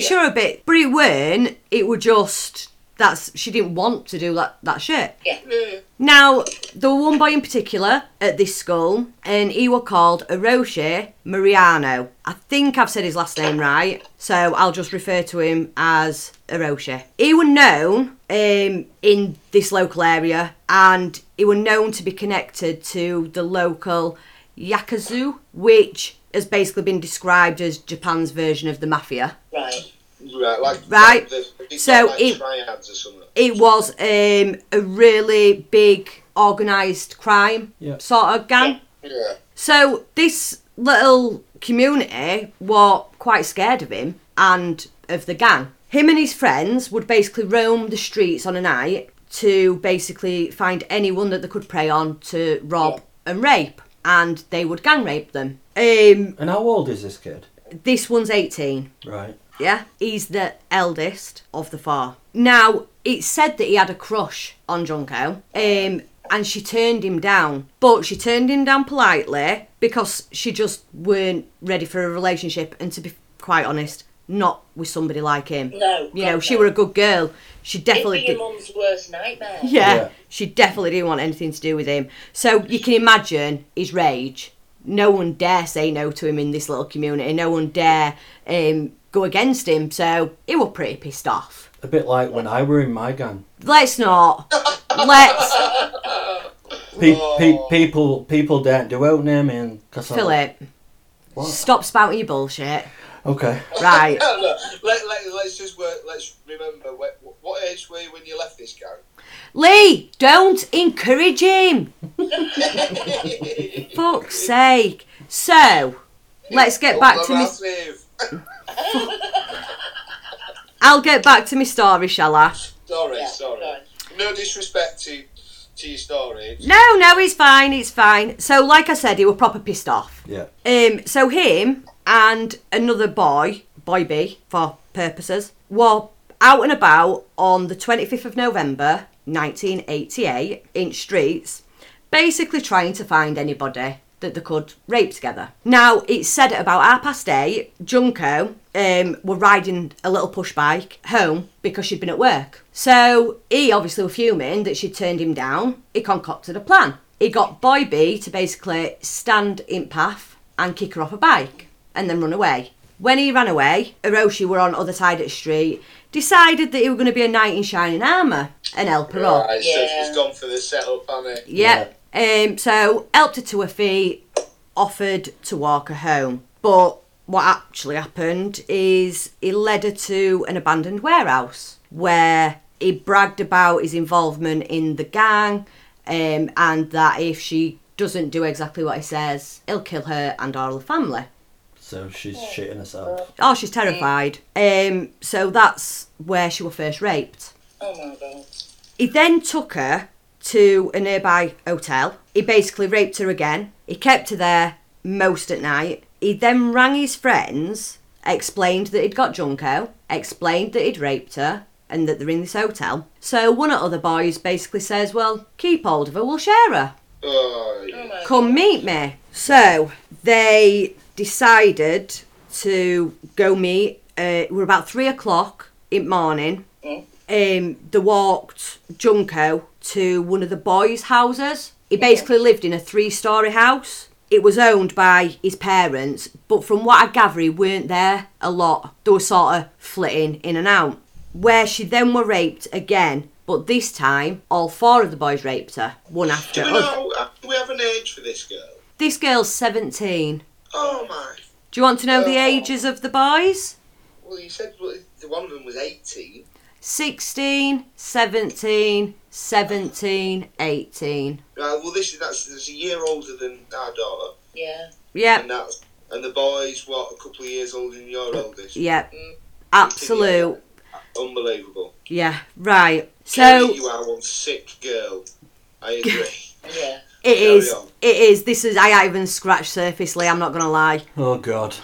Sure, a bit. But it weren't. It were just. That's she didn't want to do that that shit.
Yeah.
Now there were one boy in particular at this school, and he was called Eroshi Mariano. I think I've said his last name right, so I'll just refer to him as Eroshi. He was known um, in this local area, and he was known to be connected to the local yakuza, which has basically been described as Japan's version of the mafia.
Right.
Right. Like,
Right.
the- it's
So
like
it-
triads or something.
it was um, a really big organised crime
Yeah.
sort of gang.
Yeah.
So this little community were quite scared of him and of the gang. Him and his friends would basically roam the streets on a night to basically find anyone that they could prey on to rob and rape, and they would gang rape them. Um,
And how old is this kid?
this one's 18.
Right.
Yeah, he's the eldest of the four. Now, it's said that he had a crush on Junko, um, and she turned him down. But she turned him down politely because she just weren't ready for a relationship. And to be quite honest, not with somebody like him.
No,
You
God,
know, she
no.
were a good girl. She definitely
It'd be
did.
your mum's worst nightmare.
Yeah,
Yeah.
she definitely didn't want anything to do with him. So you can imagine his rage. No one dare say no to him in this little community. No one dare um, go against him. So he were pretty pissed off.
A bit like when I were in my gang.
Let's not. Let's
Pe- pe- people people don't do out naming because
Philip.
What?
Stop spouting your bullshit.
Okay.
Right.
No, no. Let, let, let's just work, let's remember what, what age were you when you left this gang?
Lee, don't encourage him. Fuck's sake. So, let's
Oh,
get back to Miss.
massive.
I'll get back to my story, shall I?
Sorry,
Yeah,
sorry.
sorry.
No disrespect to to your story.
No, no, he's fine, it's fine. So, like I said, he were proper pissed off.
Yeah.
Um, so him and another boy, boy B for purposes, were out and about on the 25th of November 1988 in streets, basically trying to find anybody that they could rape together. Now, it's said at about half past eight, Junko um, were riding a little push bike home because she'd been at work. So he obviously was fuming that she'd turned him down. He concocted a plan. He got Boy B to basically stand in path and kick her off a bike and then run away. When he ran away, Hiroshi were on other side of the street, decided that he was going to be a knight in shining armour and help her up.
Right, so
Yeah.
she's gone for the setup, hasn't it?
Yeah. Um, so helped her to her feet, offered to walk her home. But what actually happened is he led her to an abandoned warehouse where he bragged about his involvement in the gang um, and that if she doesn't do exactly what he says, he'll kill her and all the family.
So she's shitting herself.
Oh, she's terrified. Um, so that's where she was first raped.
Oh my god.
He then took her to a nearby hotel. He basically raped her again. He kept her there most at night. He then rang his friends, explained that he'd got Junko, explained that he'd raped her, and that they're in this hotel. So one of the other boys basically says, Well, keep hold of her, we'll share her
Oh, yeah.
Oh my
come meet me. So they decided to go meet. Uh, it were about three o'clock in morning.
Mm.
Um, they walked Junko to one of the boys' houses. He basically lived in a three-story house. It was owned by his parents, but from what I gather, he weren't there a lot. They were sort of flitting in and out. Where she then were raped again, but this time all four of the boys raped her, one after
Do we
another.
know? uh, Do we have an age for this girl?
This girl's 17.
Oh my!
Do you want to know the
Oh.
ages of the boys?
Well, you said well, the one of them was eighteen.
16, 17, 17, 18.
Right, Uh, well, this is that's, that's a year older than our daughter,
Yeah.
Yep,
and that's and the boy's what a couple of years older than your oldest.
yep. Absolute.
Unbelievable.
Yeah, right.
Kelly,
So
you are one sick girl. I agree.
Yeah.
it is.
on.
It is. This is. I haven't even scratched surface, Lee. I'm not going to lie.
Oh God.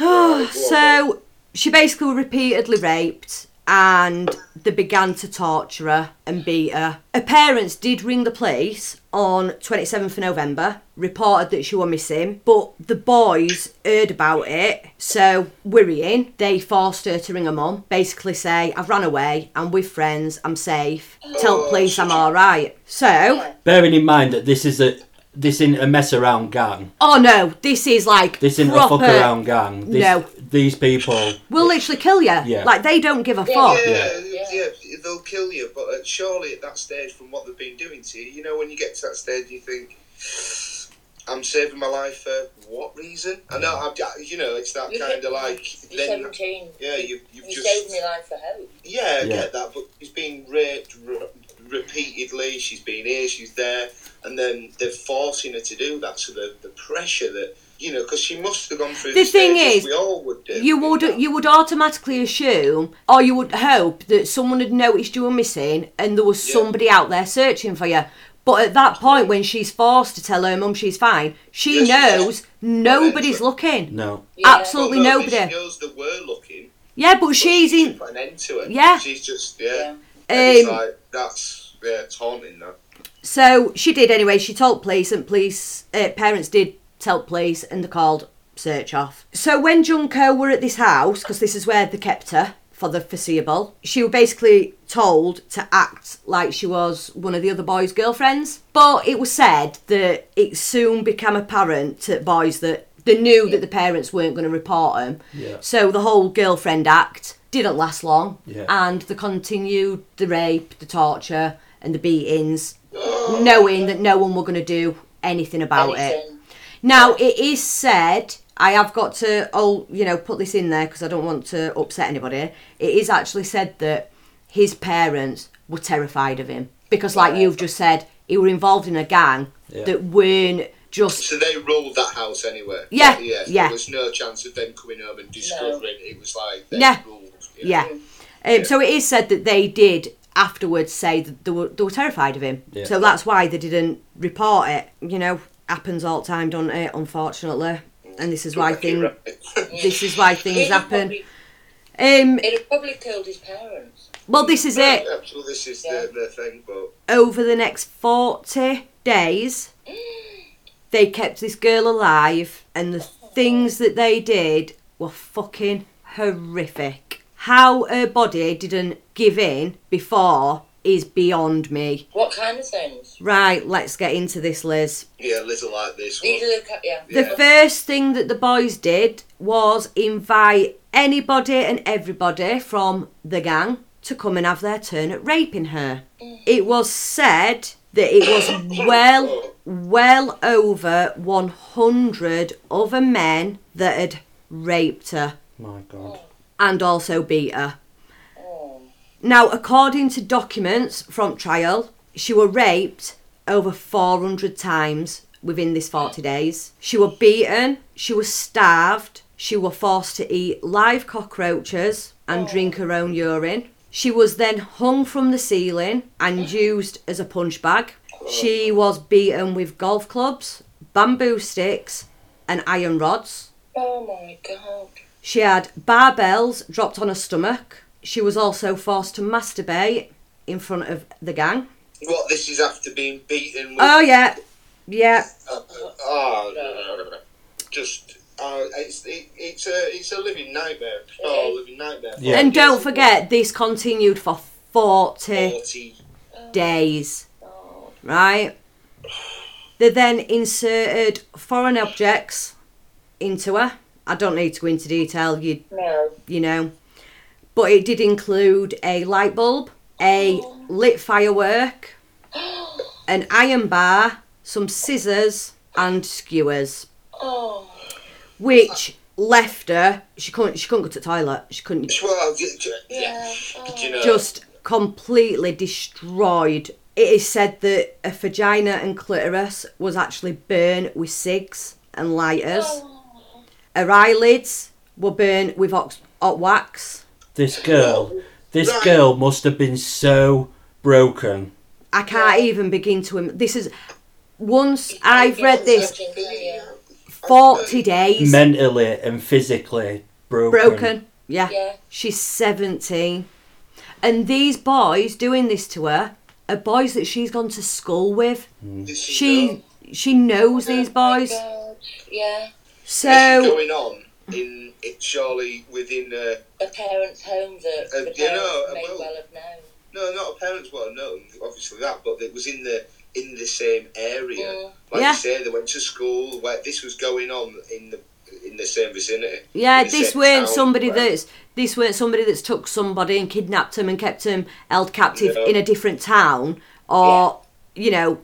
Oh, so she basically was repeatedly raped and they began to torture her and beat her. Her parents did ring the police on 27th of November, reported that she was missing, but the boys heard about it, so worrying, they forced her to ring her mum, basically say, I've run away, I'm with friends, I'm safe, tell the police I'm alright. So,
Bearing in mind that this is a this in a mess around gang.
oh no, this is like
This in
proper,
a fuck around gang. This,
No.
These people.
We'll literally kill you.
Yeah.
Like, they don't give a
Yeah.
fuck.
Yeah,
Yeah.
yeah, they'll kill you. But uh, surely at that stage, from what they've been doing to you, you know, when you get to that stage, you think, "I'm saving my life for what reason?" I know, I'm, you know, it's that
You
kind
think-
of like
You're
then,
seventeen.
yeah, you you've
You
just
saved me life for hope.
yeah, I
Yeah.
get that. But she's been raped r- repeatedly. She's been here, she's there, and then they're forcing her to do that. So the the pressure that you know, because she must have gone through
The
the,
thing
stages
is,
we all would do.
you would you would automatically assume or you would hope that someone had noticed you were missing and there was
Yeah.
somebody out there searching for you but at that point when she's forced to tell her mum she's fine she
Yes, she
knows
does.
nobody's looking
No.
Yeah.
absolutely
Although She
nobody
knows that we're looking.
yeah but she's in
put an end to it.
Yeah.
She's just yeah.
Yeah.
And it's
Um,
like that's yeah, taunting that.
so she did anyway she told police and police uh, parents did tell police and they called search off. So when Junko were at this house, because this is where they kept her for the foreseeable, she was basically told to act like she was one of the other boys' girlfriends. But it was said that it soon became apparent to boys that they knew that the parents weren't going to report them.
Yeah.
So the whole girlfriend act didn't last long,
Yeah.
and they continued the rape, the torture, and the beatings, knowing that no one were going to do anything about it.
Anything.
Now it is said. I have got to, oh, you know, put this in there because I don't want to upset anybody. It is actually said that his parents were terrified of him because, like you've just said, he were involved in a gang
Yeah.
that weren't just
So they ruled that house anyway.
Yeah,
yeah.
yeah.
There was no chance of them coming home and discovering. It was like they
Yeah.
ruled.
yeah. Um, So it is said that they did afterwards say that they were, they were terrified of him.
Yeah.
So that's why they didn't report it. You know, happens all the time, don't it? Unfortunately, and this is why things this is why things
He'd have
happen.
probably-
Um,
He'd have probably killed his parents.
well, this is it.
Yeah, so this is
Yeah.
the, the thing, but
Over the next forty days, they kept this girl alive, and the things that they did were fucking horrific. How her body didn't give in before is beyond me.
What kind of things?
Right, let's get into this, Liz.
yeah, a little like this.
These
One.
are the ca- yeah.
The first thing that the boys did was invite anybody and everybody from the gang to come and have their turn at raping her. It was said that it was well, well over 100 other men that had raped her
My God.
and also beat her.
Oh.
Now, according to documents from trial, she was raped over 400 times within this 40 days. She was beaten, she was starved, she was forced to eat live cockroaches and drink her own urine. She was then hung from the ceiling and used as a punch bag. She was beaten with golf clubs, bamboo sticks, and iron rods.
oh my god.
She had barbells dropped on her stomach. She was also forced to masturbate in front of the gang.
What this is after being beaten with.
Oh yeah, yeah.
oh, just. Uh, it's it, it's a it's a living nightmare. Oh, a living nightmare.
Yeah.
And don't forget, this continued for forty
Forty.
days.
Oh.
Right. They then inserted foreign objects into her. I don't need to go into detail. You
No.
you know. But it did include a light bulb, a lit firework, an iron bar, some scissors, and skewers,
Oh.
which left her. She couldn't. She couldn't go to the toilet. She couldn't.
Well, d- d-
Yeah.
yeah.
Oh.
Do you know?
Just completely destroyed. It is said that a vagina and clitoris was actually burned with cigs and lighters.
Oh.
Her eyelids were burned with ox- hot wax.
This girl. This girl must have been so broken.
I can't even begin to. Im- this is once I've read this
Yeah.
forty days
mentally and physically broken.
broken. Yeah.
Yeah.
she's seventeen, and these boys doing this to her are boys that she's gone to school with.
This is, uh,
She she
Oh
knows these boys,
Oh God. Yeah.
this is
so
going on in it surely within uh,
The parents' home that
Uh,
the parents
you know,
may
well-
well have known.
No, not a parents well known, obviously that, but it was in the in the same area.
Mm.
Like
Yeah.
you say, they went to school. Where this was going on in the in the same vicinity.
yeah,
in the
this
same
weren't
town,
somebody
where-
that's this weren't somebody that's took somebody and kidnapped them and kept them held captive
No.
in a different town or you know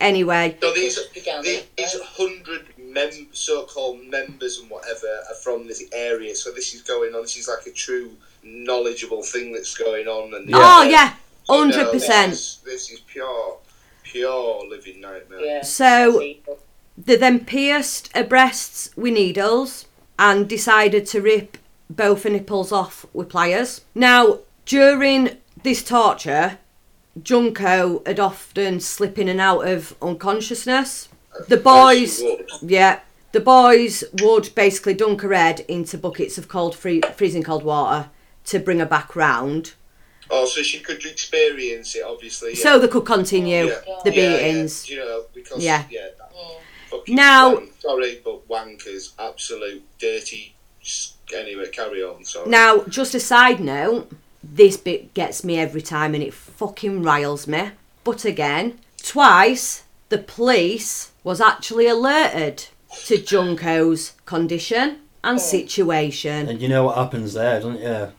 anyway.
So these
Began
these,
it,
these
right?
hundred mem- so-called members and whatever are from this area. So this is going on. This is like a true knowledgeable thing that's going on. And
Yeah.
Oh yeah,
You know,
hundred percent.
This, is- this is pure, pure living nightmare.
Yeah.
So-
People.
They then pierced her breasts with needles and decided to rip both her nipples off with pliers. Now, during this torture, Junko had often slip in and out of unconsciousness. The
Yes,
boys,
you would.
yeah, the boys would basically dunk her head into buckets of cold, free, freezing cold water to bring her back round,
Oh, so she could experience it, obviously. yeah.
so they could continue
Yeah.
the
Yeah, yeah,
beatings.
you know, because
Yeah.
yeah, that- Fucking
Now-
wank- sorry, but wankers, absolute dirty. s- Anyway, carry on. Sorry.
Now, just a side note, this bit gets me every time and it fucking riles me. But again, twice the police was actually alerted to Junko's condition and situation,
And you know what happens there, don't you?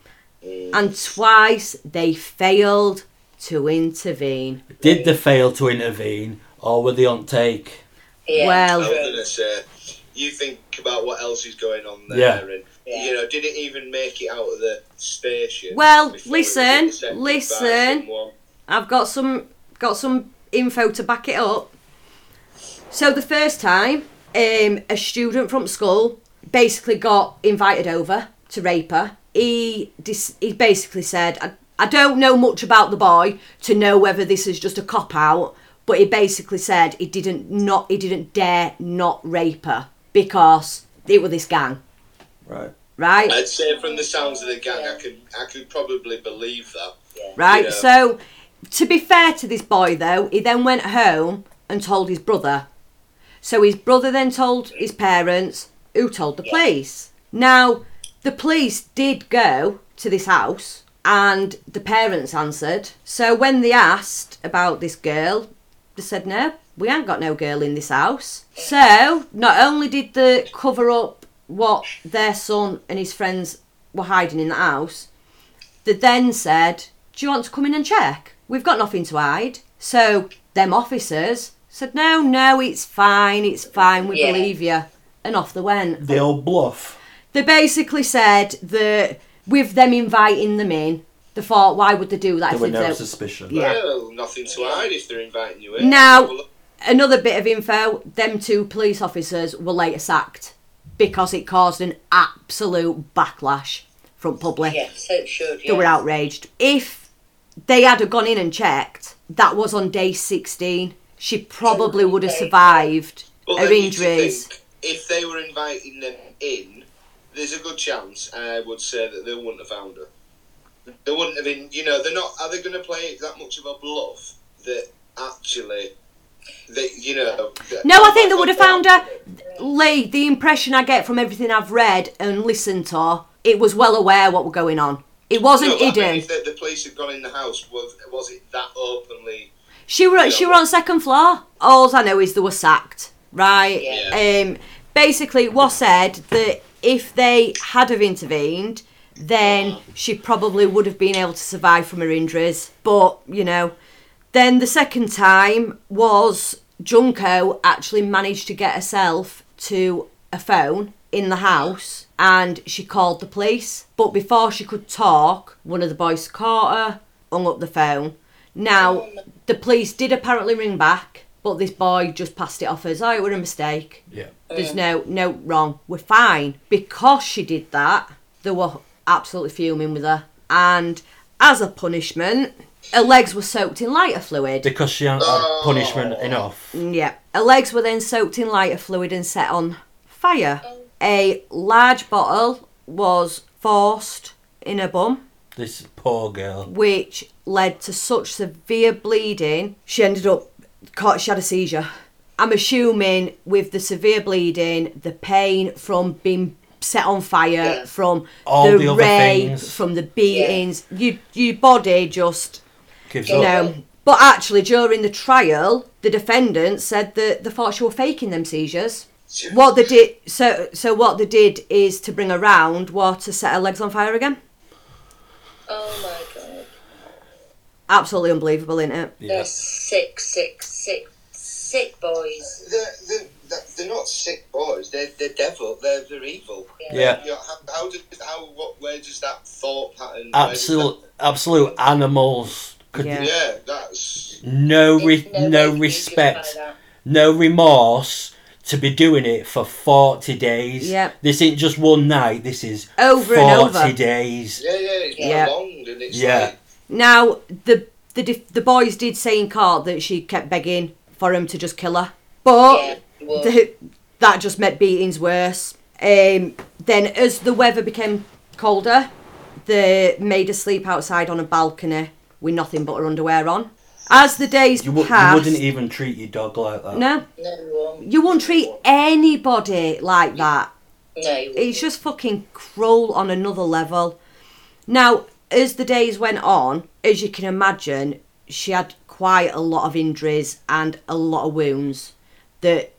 Mm.
and twice they failed to intervene.
Did they fail to intervene, or were they on take?
Yeah.
I was
Well,
gonna say, you think about what else is going on there,
Yeah.
and
Yeah.
you know, did it even make it out of the station?
Well,
before it was
listen,
intercepted by
listen.
someone?
I've got some got some info to back it up. So the first time, um, a student from school basically got invited over to rape her. He dis- he basically said, I, "I don't know much about the boy to know whether this is just a cop out." But he basically said he didn't not he didn't dare not rape her because it was this gang,
Right.
right?
I'd say from the sounds of the gang, I could I could probably believe that.
Right.
Yeah.
So, to be fair to this boy, though, he then went home and told his brother. So his brother then told his parents, who told the police. Now, the police did go to this house, and the parents answered. So when they asked about this girl, they said, "No, we ain't got no girl in this house." So not only did they cover up what their son and his friends were hiding in the house, that then said, Do you want to come in and check? We've got nothing to hide. So them officers said, No, no, it's fine, it's fine, we
Yeah.
believe you. And off they went.
The old bluff.
They basically said that with them inviting them in, they thought, Why would they do that
There
if
were
they
no
don't?
suspicion.
Yeah.
Well, nothing to hide if they're inviting you in.
Now-
Well,
Another bit of info them two police officers were later sacked because it caused an absolute backlash from public.
Yeah, so it should.
they
Yeah.
were outraged. If they had have gone in and checked, that was on day 16. She probably would have survived
But
her
then you should
injuries.
think If they were inviting them in, there's a good chance I would say that they wouldn't have found her. They wouldn't have been, you know, they're not. Are they going to play it that much of a bluff that actually, that you know? that-
No, I think they would have found her. Lee, the impression I get from everything I've read and listened to, it was well aware what were going on. It
No,
wasn't
but I mean,
hidden.
if the, the police had gone in the house, was, was it that openly?
She were she were on second floor. All I know is they were sacked. Right.
Yeah.
Um. Basically, it was said that if they had have intervened, then she probably would have been able to survive from her injuries. But you know, then the second time was Junko actually managed to get herself to a phone in the house and she called the police. But before she could talk, one of the boys caught her, hung up the phone. Now, the police did apparently ring back, but this boy just passed it off as, oh, it were a mistake.
Yeah.
There's no, no wrong. We're fine. Because she did that, they were absolutely fuming with her. And as a punishment, her legs were soaked in lighter fluid. Mm,
Because she hadn't
Oh.
had punishment enough.
Yeah. Her legs were then soaked in lighter fluid and set on fire. A large bottle was forced in her bum,
This poor girl.
which led to such severe bleeding. She ended up, caught, she had a seizure. I'm assuming with the severe bleeding, the pain from being set on fire,
Yeah.
from
All
the,
the other
rape,
things.
from the beatings, you, your body just
Gives
Yeah.
up.
no. But actually, during the trial, the defendant said that the thought she were faking them seizures. What they did, so so what they did is to bring her round, were to set her legs on fire again.
Oh my god.
Absolutely unbelievable, isn't it?
They're
Yeah.
sick, sick, sick, sick boys.
They're, they're, they're not sick boys. They're they're devil. They're they're evil.
Yeah.
You know, how, how did how what where does that thought pattern? where does
Absolute, absolute animals. Could
that-
Yeah.
yeah, that's
no, re-
There's way
no
you can
respect,
justify that.
no remorse to be doing it for forty days.
Yep.
This ain't just one night. This is
Over and
forty
over.
days.
yeah, yeah. It's
Yeah.
prolonged and it's
Yeah.
like,
Now the the def- the boys did say in court that she kept begging for him to just kill her, but.
Yeah, well,
Th- that just made beatings worse. Um, then, as the weather became colder, they made her sleep outside on a balcony with nothing but her underwear on. As the days
You, wou- you
passed,
wouldn't e- even treat your dog like that.
no,
No, you won't.
you won't treat anybody like that.
No, you
It's
won't.
just fucking cruel on another level. Now, as the days went on, as you can imagine, she had quite a lot of injuries and a lot of wounds that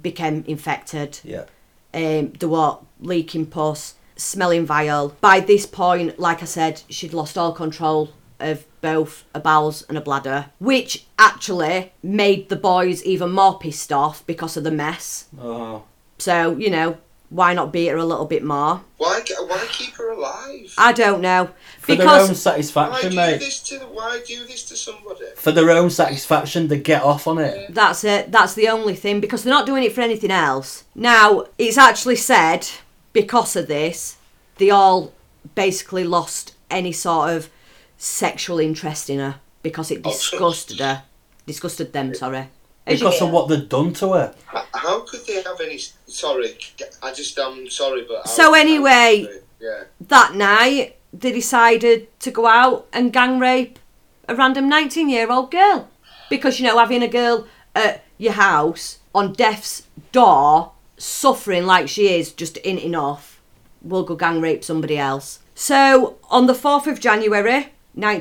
became infected.
Yeah.
um, there were leaking pus, smelling vile. By this point, like I said, she'd lost all control of both her bowels and her bladder, which actually made the boys even more pissed off because of the mess.
Oh.
So, you know, why not beat her a little bit more?
Why, why keep her alive?
I don't know.
For their
Because
own
Why
satisfaction,
do
mate.
this to why do this to somebody?
For their own satisfaction, they get off on it.
that's it, that's the only thing, because they're not doing it for anything else. Now, it's actually said because of this, they all basically lost any sort of sexual interest in her because
Oh,
it disgusted her. Disgusted them, sorry. As you-
Because of what they've done to her.
H- How could they have any? Sorry, I just I'm sorry, but I-
So anyway-
yeah,
that night, they decided to go out and gang rape a random 19 year old girl. Because, you know, having a girl at your house on death's door, suffering like she is, just inting off, will go gang rape somebody else. So, on the 4th of January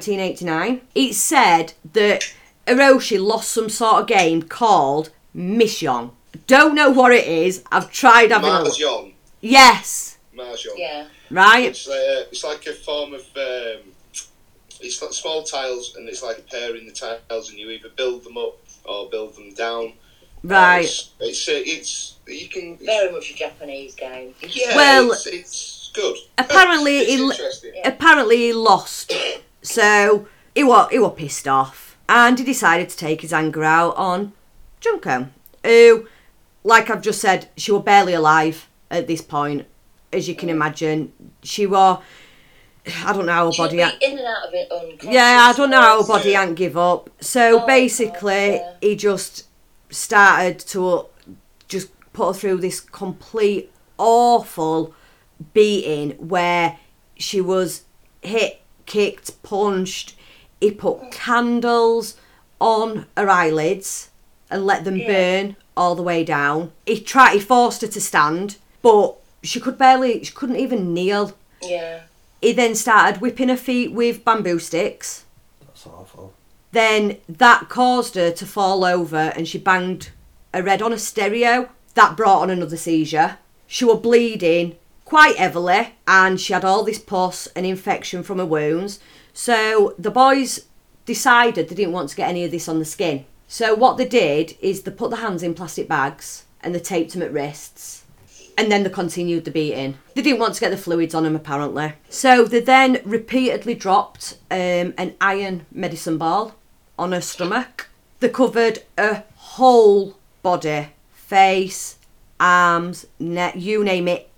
1989, it said that Hiroshi lost some sort of game called Mission. Don't know what it is. I've tried having a look.
mahjong,
Yes,
mahjong.
Yeah.
right?
It's, uh, it's like a form of um, it's like small tiles, and it's like pairing the tiles, and you either build them up or build them down.
Right.
It's it's, uh, it's you can
Very much a Japanese game.
yeah.
Well-
it's, it's good.
Apparently
it's
it l-
interesting.
apparently he lost. So he was he was pissed off, and he decided to take his anger out on Junko, who, like I've just said, she were barely alive at this point, as you can imagine. She were, Oh, I don't know how her
She'd
body.
be
act-
in and out of it unconscious.
yeah, I don't know how her
but
body ain't give up. So
Oh,
basically,
God,
he just started to just put her through this complete awful beating where she was hit, kicked, punched. He put candles on her eyelids and let them burn all the way down. He tried, he forced her to stand, but she could barely, she couldn't even kneel.
Yeah.
He then started whipping her feet with bamboo sticks
That's awful.
then that caused her to fall over and she banged her head on a stereo. That brought on another seizure. She was bleeding quite heavily and she had all this pus and infection from her wounds. So the boys decided they didn't want to get any of this on the skin. So what they did is they put the hands in plastic bags and they taped them at wrists and then they continued the beating. They didn't want to get the fluids on him, apparently. So they then repeatedly dropped um, an iron medicine ball on her stomach. They covered her whole body face, arms, neck, you name it,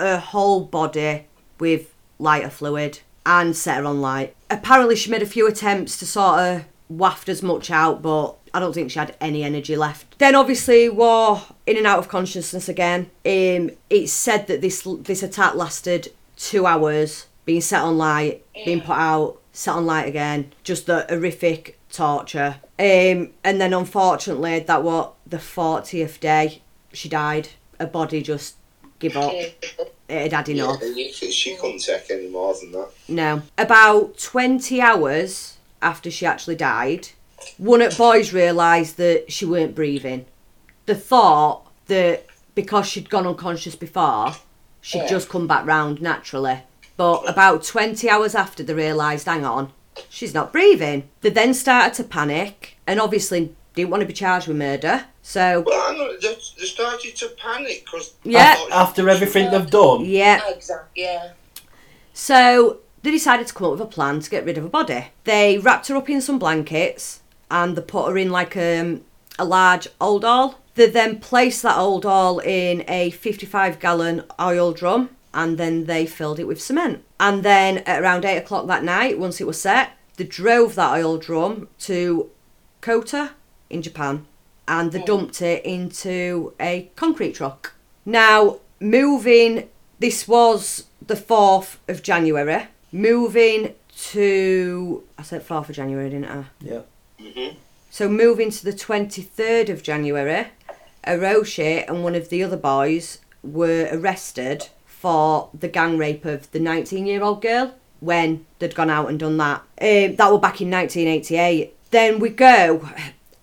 her whole body with lighter fluid and set her on light. Apparently, she made a few attempts to sort of waft as much out, but I don't think she had any energy left. Then, obviously, war in and out of consciousness again. Um, it's said that this this attack lasted two hours, being set on light, being put out, set on light again. Just the horrific torture. Um, and then, unfortunately, that was the fortieth day she died. Her body just give up
Yeah.
it had had enough.
Yeah, you c- she couldn't take any more than that.
No. About 20 hours after she actually died, one at boys realised that she weren't breathing. The thought that because she'd gone unconscious before, she'd
Yeah.
just come back round naturally. But about 20 hours after, they realised, hang on, she's not breathing. They then started to panic and obviously didn't want to be charged with murder. So,
Well, hang on, they, they started to panic because
Yeah.
After everything they've done.
yeah.
Exactly. Yeah.
So they decided to come up with a plan to get rid of her body. They wrapped her up in some blankets and they put her in like um, a large old doll. They then placed that old doll in a 55 gallon oil drum and then they filled it with cement. And then at around 8 o'clock that night, once it was set, they drove that oil drum to Kota in Japan and they dumped it into a concrete truck. Now, moving, this was the 4th of January. Moving to, I said 4th of January, didn't I?
Yeah.
Mhm.
So moving to the 23rd of January, Aroshi and one of the other boys were arrested for the gang rape of the 19-year-old girl when they'd gone out and done that. Um, that were back in 1988. Then we go.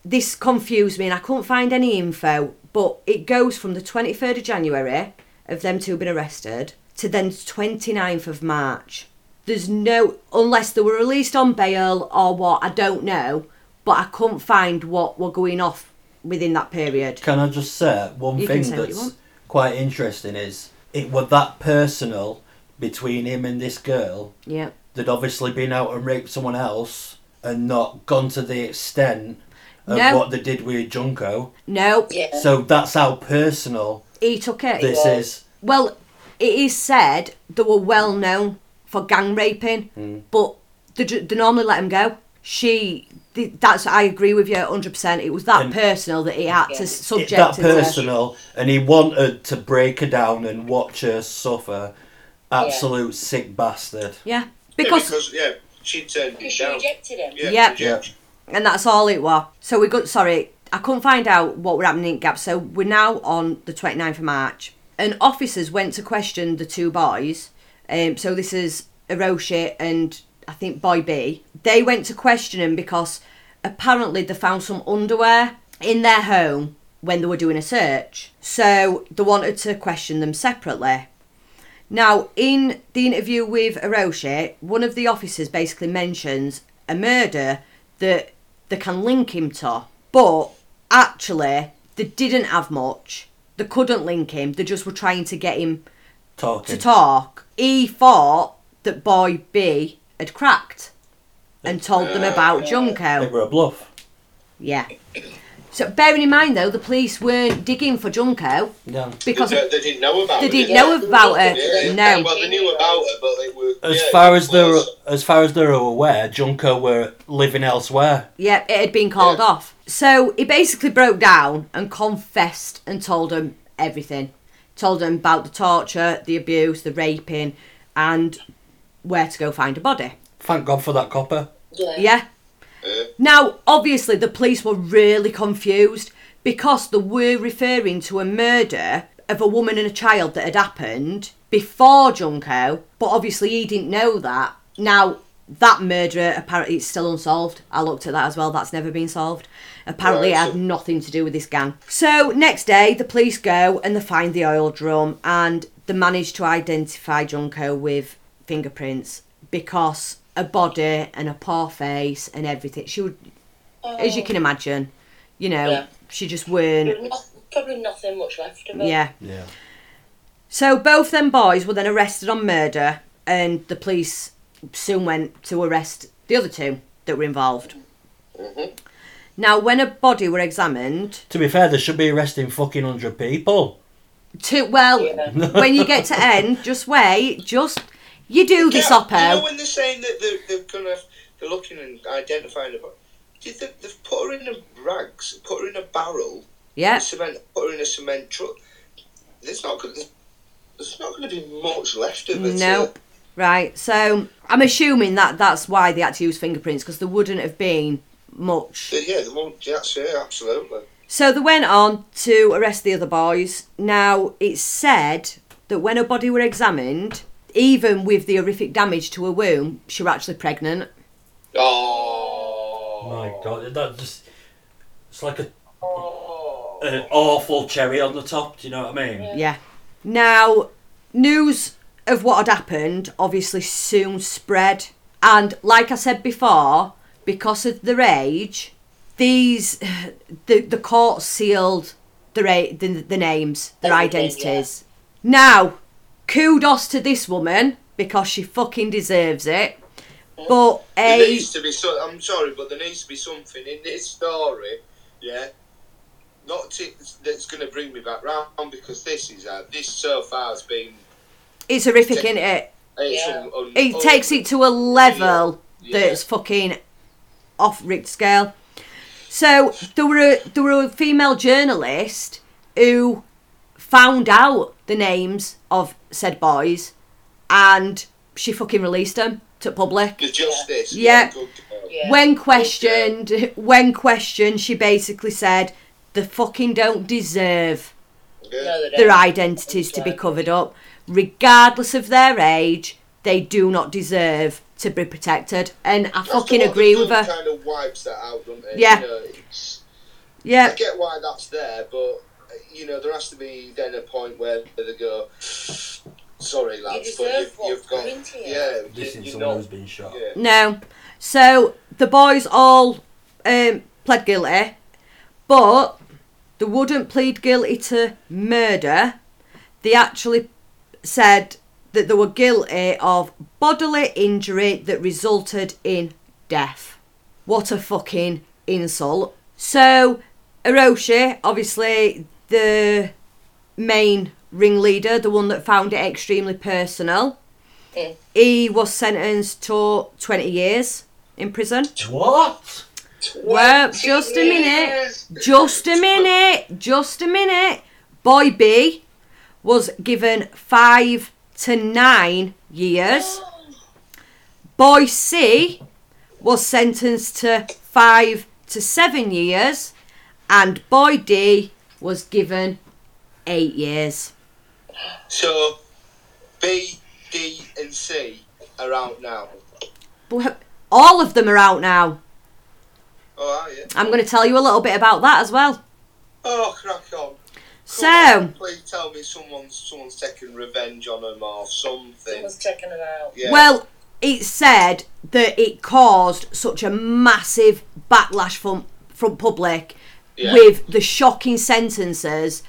This confused me and I couldn't find any info, but it goes from the 23rd of January of them two being arrested to then 29th of March there's no unless they were released on bail or what I don't know, but I couldn't find what were going off within that period.
Can I just say one
You can
thing
say what you
that's
want.
quite interesting is it was that personal between him and this girl
Yeah,
that obviously been out and raped someone else and not gone to the extent of
No.
what they did with Junko.
no,
Yeah.
So that's how personal
he took it.
this
Yeah.
is.
Well, it is said they were well known for gang raping,
Hmm.
but they, ju- they normally let him go. She, th- that's I agree with you 100. percent It was that
And-
personal that he had
Yeah.
to
It's
subject
that
her to.
personal, and he wanted to break her down and watch her suffer. Absolute sick bastard.
Yeah,
yeah,
because
because yeah, she turned me
She
down.
rejected him.
Yeah,
Yeah.
rejection.
and that's all it was. So we got sorry, I couldn't find out what were happening at Gap. So we're now on the 29th of March, and officers went to question the two boys. Um, so this is Eroshi and I think Boy B. They went to question him because apparently they found some underwear in their home when they were doing a search. So they wanted to question them separately. Now, in the interview with Eroshi, one of the officers basically mentions a murder that they can link him to, but actually, they didn't have much. They couldn't link him, they just were trying to get him
Talking.
to talk. He thought that boy B had cracked and told them about
They
Junko.
were a bluff.
Yeah. So, bearing in mind though, the police weren't digging for Junko
Yeah.
because
they, they didn't know about
they
it.
didn't know about
Yeah,
it. No.
Well, they knew about it, but they were.
As
yeah,
far as they're
well,
as far as they're aware, Junko were living elsewhere.
Yep, it had been called
Yeah.
off. So he basically broke down and confessed and told them everything. Told them about the torture, the abuse, the raping, and where to go find a body.
Thank God for that copper.
Yeah.
Yeah.
Yeah.
Now, obviously, the police were really confused because they were referring to a murder of a woman and a child that had happened before Junko, but obviously he didn't know that. Now, that murderer apparently it's still unsolved. I looked at that as well. That's never been solved. Apparently, it
Right,
had
so-
nothing to do with this gang. So next day, the police go and they find the oil drum, and they manage to identify Junko with fingerprints because a body and a poor face and everything. She would, as
Oh,
you can imagine, you know,
Yeah.
she just weren't.
Probably not- Probably nothing much left of it.
Yeah.
Yeah.
So both them boys were then arrested on murder, and the police soon went to arrest the other two that were involved. Now, when a body were examined,
To be fair, they should be arresting fucking hundred people.
to well,
Yeah.
when you get to end, just wait, just you do this,
yeah,
Oppo.
You know when they're saying that they're, they're going to they're looking and identifying about. Did they, they've put her in a rags, put her in a barrel,
yeah,
cement, put her in a cement truck. There's not going to there's not going to be much left of it.
Nope. Right. So I'm assuming that that's why they had to use fingerprints because there wouldn't have been much
So, yeah, they won't. That's it. Absolutely.
So they went on to arrest the other boys. Now, it's said that when her body were examined, even with the horrific damage to her womb, she were actually pregnant.
Oh.
My God, that just it's like a,
Oh.
an awful cherry on the top. Do you know what I mean?
Yeah. Now, news of what had happened obviously soon spread. And like I said before, because of their age, these the the court sealed the ra- the, the names, their
Everything,
identities. Now, kudos to this woman because she fucking deserves it. But
There
a
needs to be so. I'm sorry, but there needs to be something in this story, yeah. Not to, that's going to bring me back round because this is uh, this so far has been.
it's horrific, isn't it?
It's
Yeah.
un- un-
It
un-
takes it to a level
Yeah.
that's fucking off Richter scale. So there were a, there were a female journalist who found out the names of said boys and she fucking released him to public.
The justice.
Yeah.
Good girl.
Yeah.
When questioned, when questioned, she basically said, "The fucking don't deserve
Yeah.
No, they don't.
their identities to be covered up, regardless of their age. They do not deserve to be protected." And I
That's
fucking
the one
agree
that
with
does
her.
Kind of wipes that out, doesn't it?
Yeah.
You know, it's, I
Yeah,
get why that's there, but you know there has to be then a point where they go, "Sorry, lads, but
deserve
you've,
what's
you've got
coming to you."
yeah,
This
you-
is
you're
someone
not."
who's been shot.
Yeah.
no. So the boys all um, pled guilty, but they wouldn't plead guilty to murder. They actually said that they were guilty of bodily injury that resulted in death. What a fucking insult. So, Hiroshi, obviously the main ringleader, the one that found it extremely personal,
Mm.
he was sentenced to 20 years in prison.
What?
Well, just a minute. Just a minute. Just a minute. Boy B was given five to nine years. Boy C was sentenced to five to seven years. And boy D was given eight years.
So B, D, and C are out now.
But all of them are out now.
Oh, are you?
I'm going to tell you a little bit about that as well.
Oh, crack on. Come
So,
on, please tell me someone's someone's taking revenge on them or something.
Someone's checking them out.
Yeah.
Well, it said that it caused such a massive backlash from from public
Yeah.
with the shocking sentences,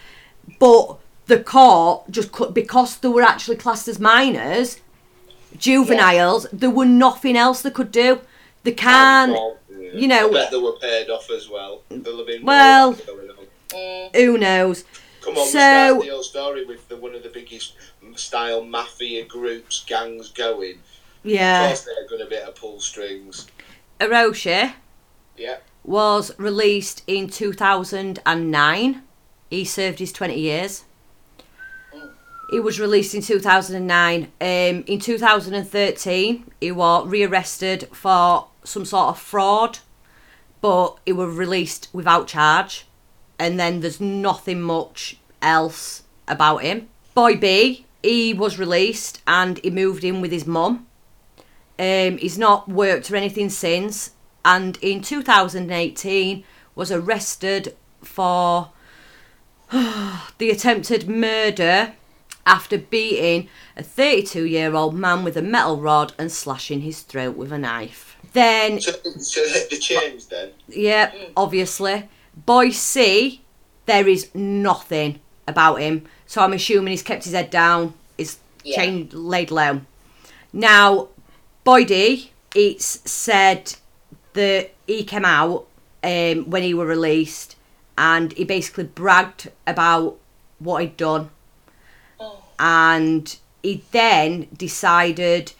but the court just cut because they were actually classed as minors, juveniles. There were nothing else they could do. They can't.
Well,
you know-
I bet they were paid off as well. There'll have been more
Well-
that going on.
Who knows?
Come on,
So-
we started the whole story with the, one of the biggest style mafia groups, gangs going. Of
Yeah.
course, they're going to be at pull strings.
Hiroshi
Yeah.
was released in 2009. He served his 20 years. He was released in 2009. Um, in 2013, he was rearrested for some sort of fraud, but he was released without charge. And then there's nothing much else about him. Boy B, he was released and he moved in with his mum. Um, he's not worked or anything since, and in 2018 was arrested for the attempted murder after beating a 32-year-old man with a metal rod and slashing his throat with a knife. Then,
So, so they- they changed then.
yeah, obviously, boy C, there is nothing about him, so I'm assuming he's kept his head down, he's
Yeah.
chained laid low. Now, Boydie, it's said that he came out um, when he were released, and he basically bragged about what he'd done, and he then decided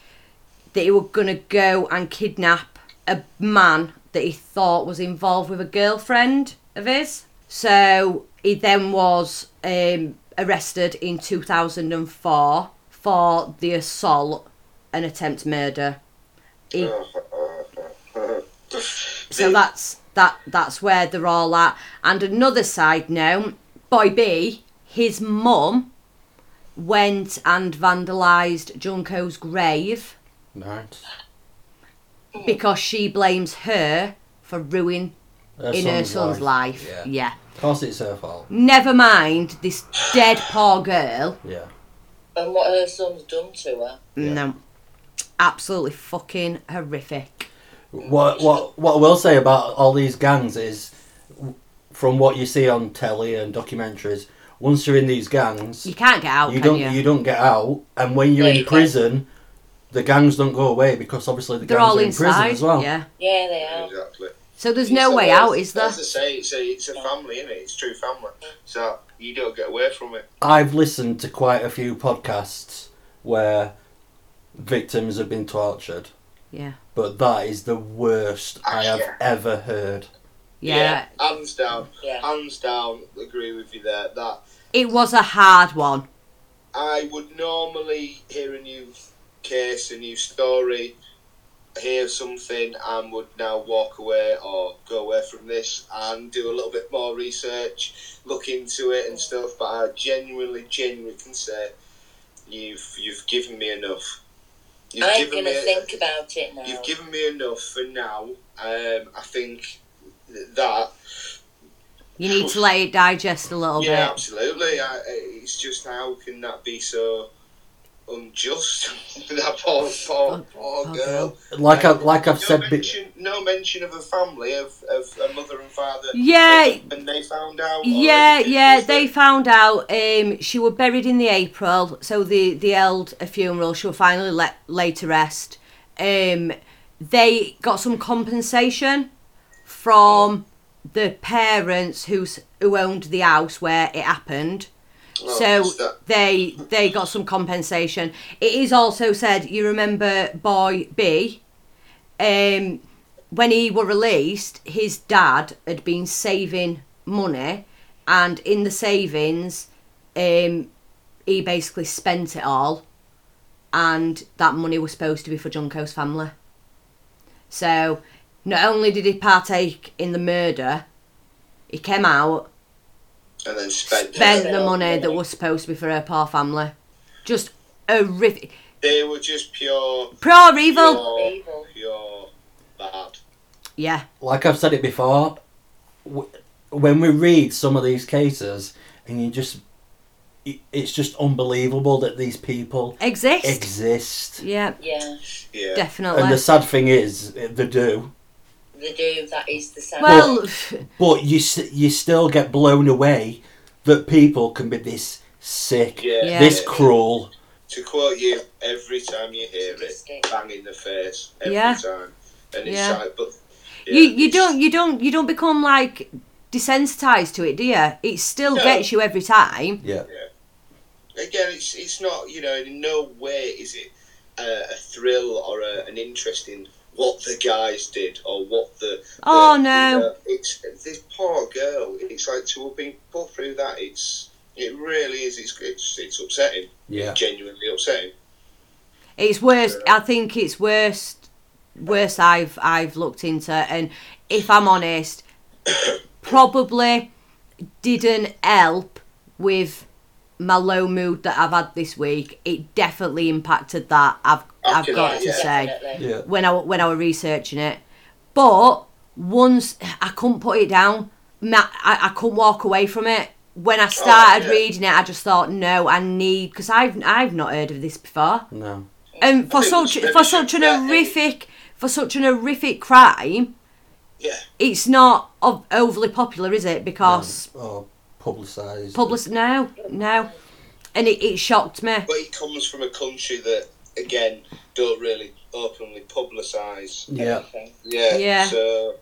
that he was gonna go and kidnap a man that he thought was involved with a girlfriend of his. So he then was um, arrested in 2004 for the assault and attempt murder. He- so that's that that's where they're all at. And another side note, Boy B, his mum went and vandalised Junko's grave
Nice.
because she blames her for ruin in her son's life.
Yeah.
yeah.
Of course, it's her fault.
Never mind this dead poor girl.
Yeah.
And what her son's done to her.
Yeah.
No. Absolutely fucking horrific.
What what what I will say about all these gangs is, from what you see on telly and documentaries, once you're in these gangs,
You can't get out,
you
can
don't
you?
you don't get out, and when you're
Yeah,
in
you can't.
prison, the gangs don't go away because obviously the
They're
gangs
all
are in prison
inside.
as well.
Yeah.
Yeah, they are.
Exactly.
So there's no
It's
way
the
out,
worst.
is there?
As I say, it's a, it's a family, isn't it? It's true family. So you don't get away from it.
I've listened to quite a few podcasts where victims have been tortured,
Yeah.
but that is the worst I have
Yeah.
ever heard.
Yeah.
Hands down.
Yeah.
Hands down. Agree with you there. That
It was a hard one.
I would normally hearing you case, a new story, hear something, and would now walk away or go away from this and do a little bit more research, look into it and stuff. But I genuinely, genuinely can say you've you've given me enough. You've
I'm
given
going to
me-
think about it now.
You've given me enough for now. Um, I think th- that
You need to let it digest a little
yeah,
bit.
absolutely. I, I- it's just how can that be so unjust? that poor, poor, poor
poor
girl.
Like I like I've
No
said, be-
mention, no mention of a family of, of a mother and father.
Yeah.
and they found out. or
Yeah,
anything,
yeah.
was
They
there?
found out um, she were buried in the April, so they they held a funeral. She were finally let laid to rest. Um, they got some compensation from the parents who's who owned the house where it happened.
Oh,
so
is that-
they they got some compensation. It is also said you remember boy B, um, when he were released, his dad had been saving money, and in the savings, um, he basically spent it all, and that money was supposed to be for Junko's family. So, not only did he partake in the murder, he came out
and then spent.
spent
it
the
all.
money that was supposed to be for her poor family. Just horrific.
They were just pure,
Pure evil.
pure,
Evil.
pure bad.
Yeah.
like I've said it before, w- when we read some of these cases, and you just, it- it's just unbelievable that these people
Exist.
exist.
yeah,
Yeah,
Yeah.
definitely.
And the sad thing is, eh, they do.
they do. That is the sad.
well,
But you s- you still get blown away that people can be this sick,
Yeah.
Yeah.
this cruel.
to quote you every time you hear it,
Statistic.
bang in the face every
Yeah.
time, and it's
Yeah.
like, but
you
yeah,
you
it's-
don't you don't you don't become like desensitized to it, do you? It still
No.
gets you every time.
Yeah.
again. It's it's not you know in no way is it a, a thrill or a, an interest in what the guys did or what the
Oh,
the- you
no.
know, it's this poor girl. It's like to have been put through that. It's it really is. It's it's, it's upsetting.
Yeah.
Genuinely upsetting.
It's worse. I think it's worse. Worst I've I've looked into, and if I'm honest, probably didn't help with my low mood that I've had this week. It definitely impacted that. I've I've
Okay,
got
yeah.
to say
Definitely.
Yeah.
when I when I were researching it, but once I couldn't put it down, ma I, I couldn't walk away from it. When I started
Oh, yeah.
reading it, I just thought, no, I need because I've I've not heard of this before
No.
um, for
think
such
it's
for
very
such an
true, yeah.
horrific for such an horrific crime,
Yeah.
it's not ov- overly popular, is it? Because
Or publicised.
public no, no, and it, it shocked me.
But it comes from a country that again don't really openly publicise.
Yeah.
Everything.
Yeah.
Yeah.
So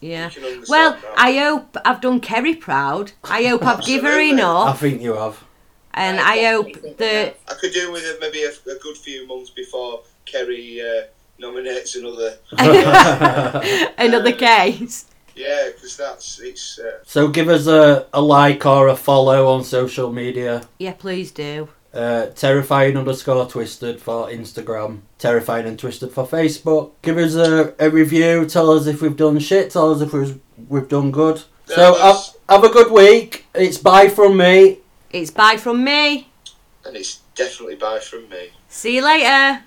Yeah.
can understand
Well,
that.
I hope I've done Kerry proud. I hope I've given her
Absolutely.
I
enough,
think you have.
and
I
I hope
definitely think
that
I could do with it maybe a, a good few months before Kerry uh, nominates another.
another case.
Yeah, because that's it's. Uh,
so give us a, a like or a follow on social media.
Yeah, please do.
Uh, terrifying underscore twisted for Instagram, terrifying and twisted for Facebook. Give us a, a review, tell us if we've done shit, tell us if we've, we've done good. So
Yeah,
have, have a good week. It's bye from me.
It's bye from me.
and it's definitely bye from me.
See you later.